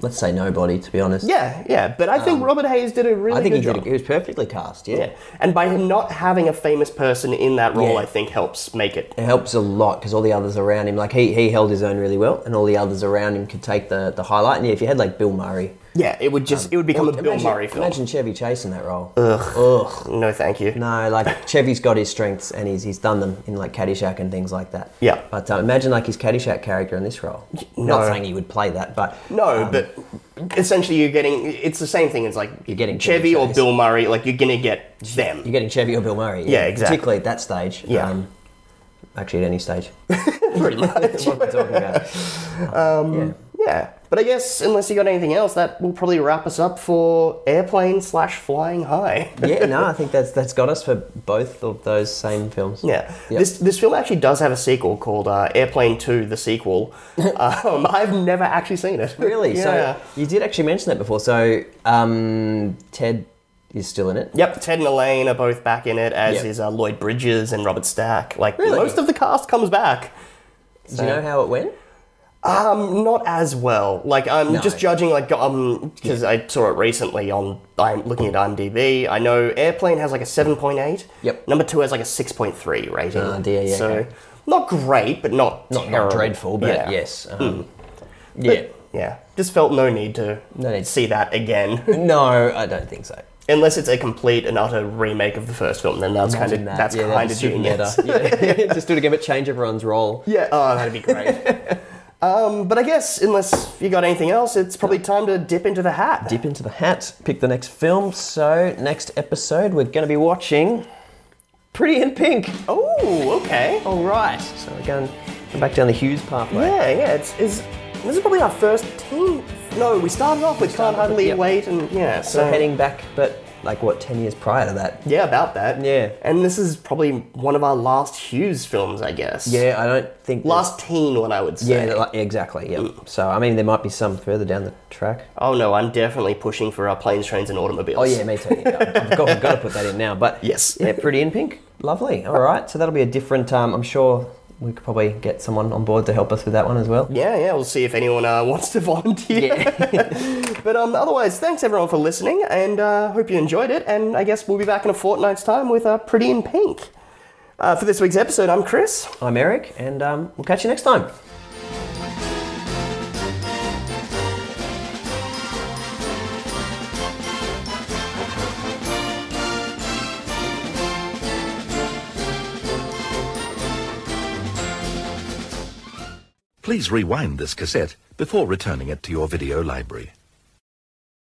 Speaker 2: Let's say nobody, to be honest.
Speaker 1: yeah, yeah, but I think
Speaker 2: Um,
Speaker 1: Robert Hayes did a really
Speaker 2: I think
Speaker 1: good
Speaker 2: he did.
Speaker 1: job.
Speaker 2: it- He was perfectly cast. Yeah.
Speaker 1: yeah. and by him not having a famous person in that role,
Speaker 2: Yeah.
Speaker 1: I think helps make it.
Speaker 2: It helps a lot because all the others around him, like he, he held his own really well, and all the others around him could take the, the highlight. And yeah, if you had like Bill Murray,
Speaker 1: Yeah, it would just it would become
Speaker 2: Um, Well,
Speaker 1: a Bill
Speaker 2: imagine-
Speaker 1: Murray film.
Speaker 2: Imagine Chevy Chase in that role.
Speaker 1: Ugh. No, thank you.
Speaker 2: No, like Chevy's got his strengths and he's he's done them in like Caddyshack and things like that.
Speaker 1: Yeah.
Speaker 2: But um, imagine like his Caddyshack character in this role.
Speaker 1: no.
Speaker 2: Not saying he would play that, but
Speaker 1: No,
Speaker 2: um,
Speaker 1: but essentially you're getting it's the same thing as like
Speaker 2: You're getting
Speaker 1: Chevy or
Speaker 2: Chevy Chase.
Speaker 1: Bill Murray. Like you're gonna get them.
Speaker 2: you're getting Chevy or Bill Murray.
Speaker 1: Yeah, exactly.
Speaker 2: Particularly at that stage.
Speaker 1: Yeah.
Speaker 2: Um, actually, at any stage.
Speaker 1: Pretty much.
Speaker 2: That's what we're talking about.
Speaker 1: um, yeah. But I guess unless you got anything else, that will probably wrap us up for airplane slash flying high.
Speaker 2: yeah, no, I think that's that's got us for both of those same films.
Speaker 1: Yeah.
Speaker 2: Yep.
Speaker 1: This this film actually does have a sequel called uh, Airplane Two: The Sequel. um, I've never actually seen it.
Speaker 2: Really?
Speaker 1: Yeah.
Speaker 2: So you did actually mention that before. So um, Ted is still in it.
Speaker 1: Yep, Ted and Elaine are both back in it, as
Speaker 2: Yep.
Speaker 1: is uh, Lloyd Bridges and Robert Stack. Like
Speaker 2: Really?
Speaker 1: most of the cast comes back.
Speaker 2: Do you know how it went?
Speaker 1: Um, not as well. Like I'm
Speaker 2: No.
Speaker 1: just judging, like um, because I saw it recently on. I'm looking at IMDb. I know Airplane has like a seven point eight.
Speaker 2: Yep.
Speaker 1: Number two has like a six point three rating.
Speaker 2: Oh, dear, yeah,
Speaker 1: So
Speaker 2: okay.
Speaker 1: not great, but not
Speaker 2: Not, not
Speaker 1: terrible.
Speaker 2: dreadful, but
Speaker 1: Yeah.
Speaker 2: yes. Um,
Speaker 1: Hmm. But,
Speaker 2: Yeah.
Speaker 1: yeah. Just felt no need to
Speaker 2: No need.
Speaker 1: see that again,
Speaker 2: No, I don't think so.
Speaker 1: unless it's a complete and utter remake of the first film. Then that's kind of
Speaker 2: Imagine that.
Speaker 1: that's
Speaker 2: Yeah, that'd
Speaker 1: kind
Speaker 2: be
Speaker 1: of
Speaker 2: super
Speaker 1: genius.
Speaker 2: meta. Yeah. Just do it again, but change everyone's role.
Speaker 1: Yeah. Oh, that'd be great. um, but I guess unless you got anything else, it's probably time to dip into the hat.
Speaker 2: Dip into the hat, pick the next film. So, next episode, we're going to be watching Pretty in Pink.
Speaker 1: Oh, okay.
Speaker 2: All right. So, we're going to go back down the Hughes pathway.
Speaker 1: Yeah, yeah, it's, it's this is probably our first team. No, we started off with can't hardly
Speaker 2: yep.
Speaker 1: wait, and yeah, so,
Speaker 2: So, heading back, but like what, 10 years prior to that?
Speaker 1: Yeah, about that.
Speaker 2: Yeah.
Speaker 1: and this is probably one of our last Hughes films, I guess.
Speaker 2: Yeah, I don't think.
Speaker 1: last teen one, I would say.
Speaker 2: Yeah, like- exactly. Yeah. So, I mean, there might be some further down the track.
Speaker 1: oh no, I'm definitely pushing for our planes, trains, and automobiles.
Speaker 2: Oh yeah, me too. Yeah, I've, got, I've got to put that in now. But
Speaker 1: Yes.
Speaker 2: yeah, pretty in pink. Lovely. All right, so that'll be a different. Um, I'm sure we could probably get someone on board to help us with that one as well.
Speaker 1: Yeah, yeah, we'll see if anyone uh, wants to volunteer. but um, otherwise, thanks everyone for listening, and uh, hope you enjoyed it. And I guess we'll be back in a fortnight's time with uh, Pretty in Pink. Uh, for this week's episode, I'm Chris.
Speaker 2: I'm Eric, and um, we'll catch you next time.
Speaker 20: Please rewind this cassette before returning it to your video library.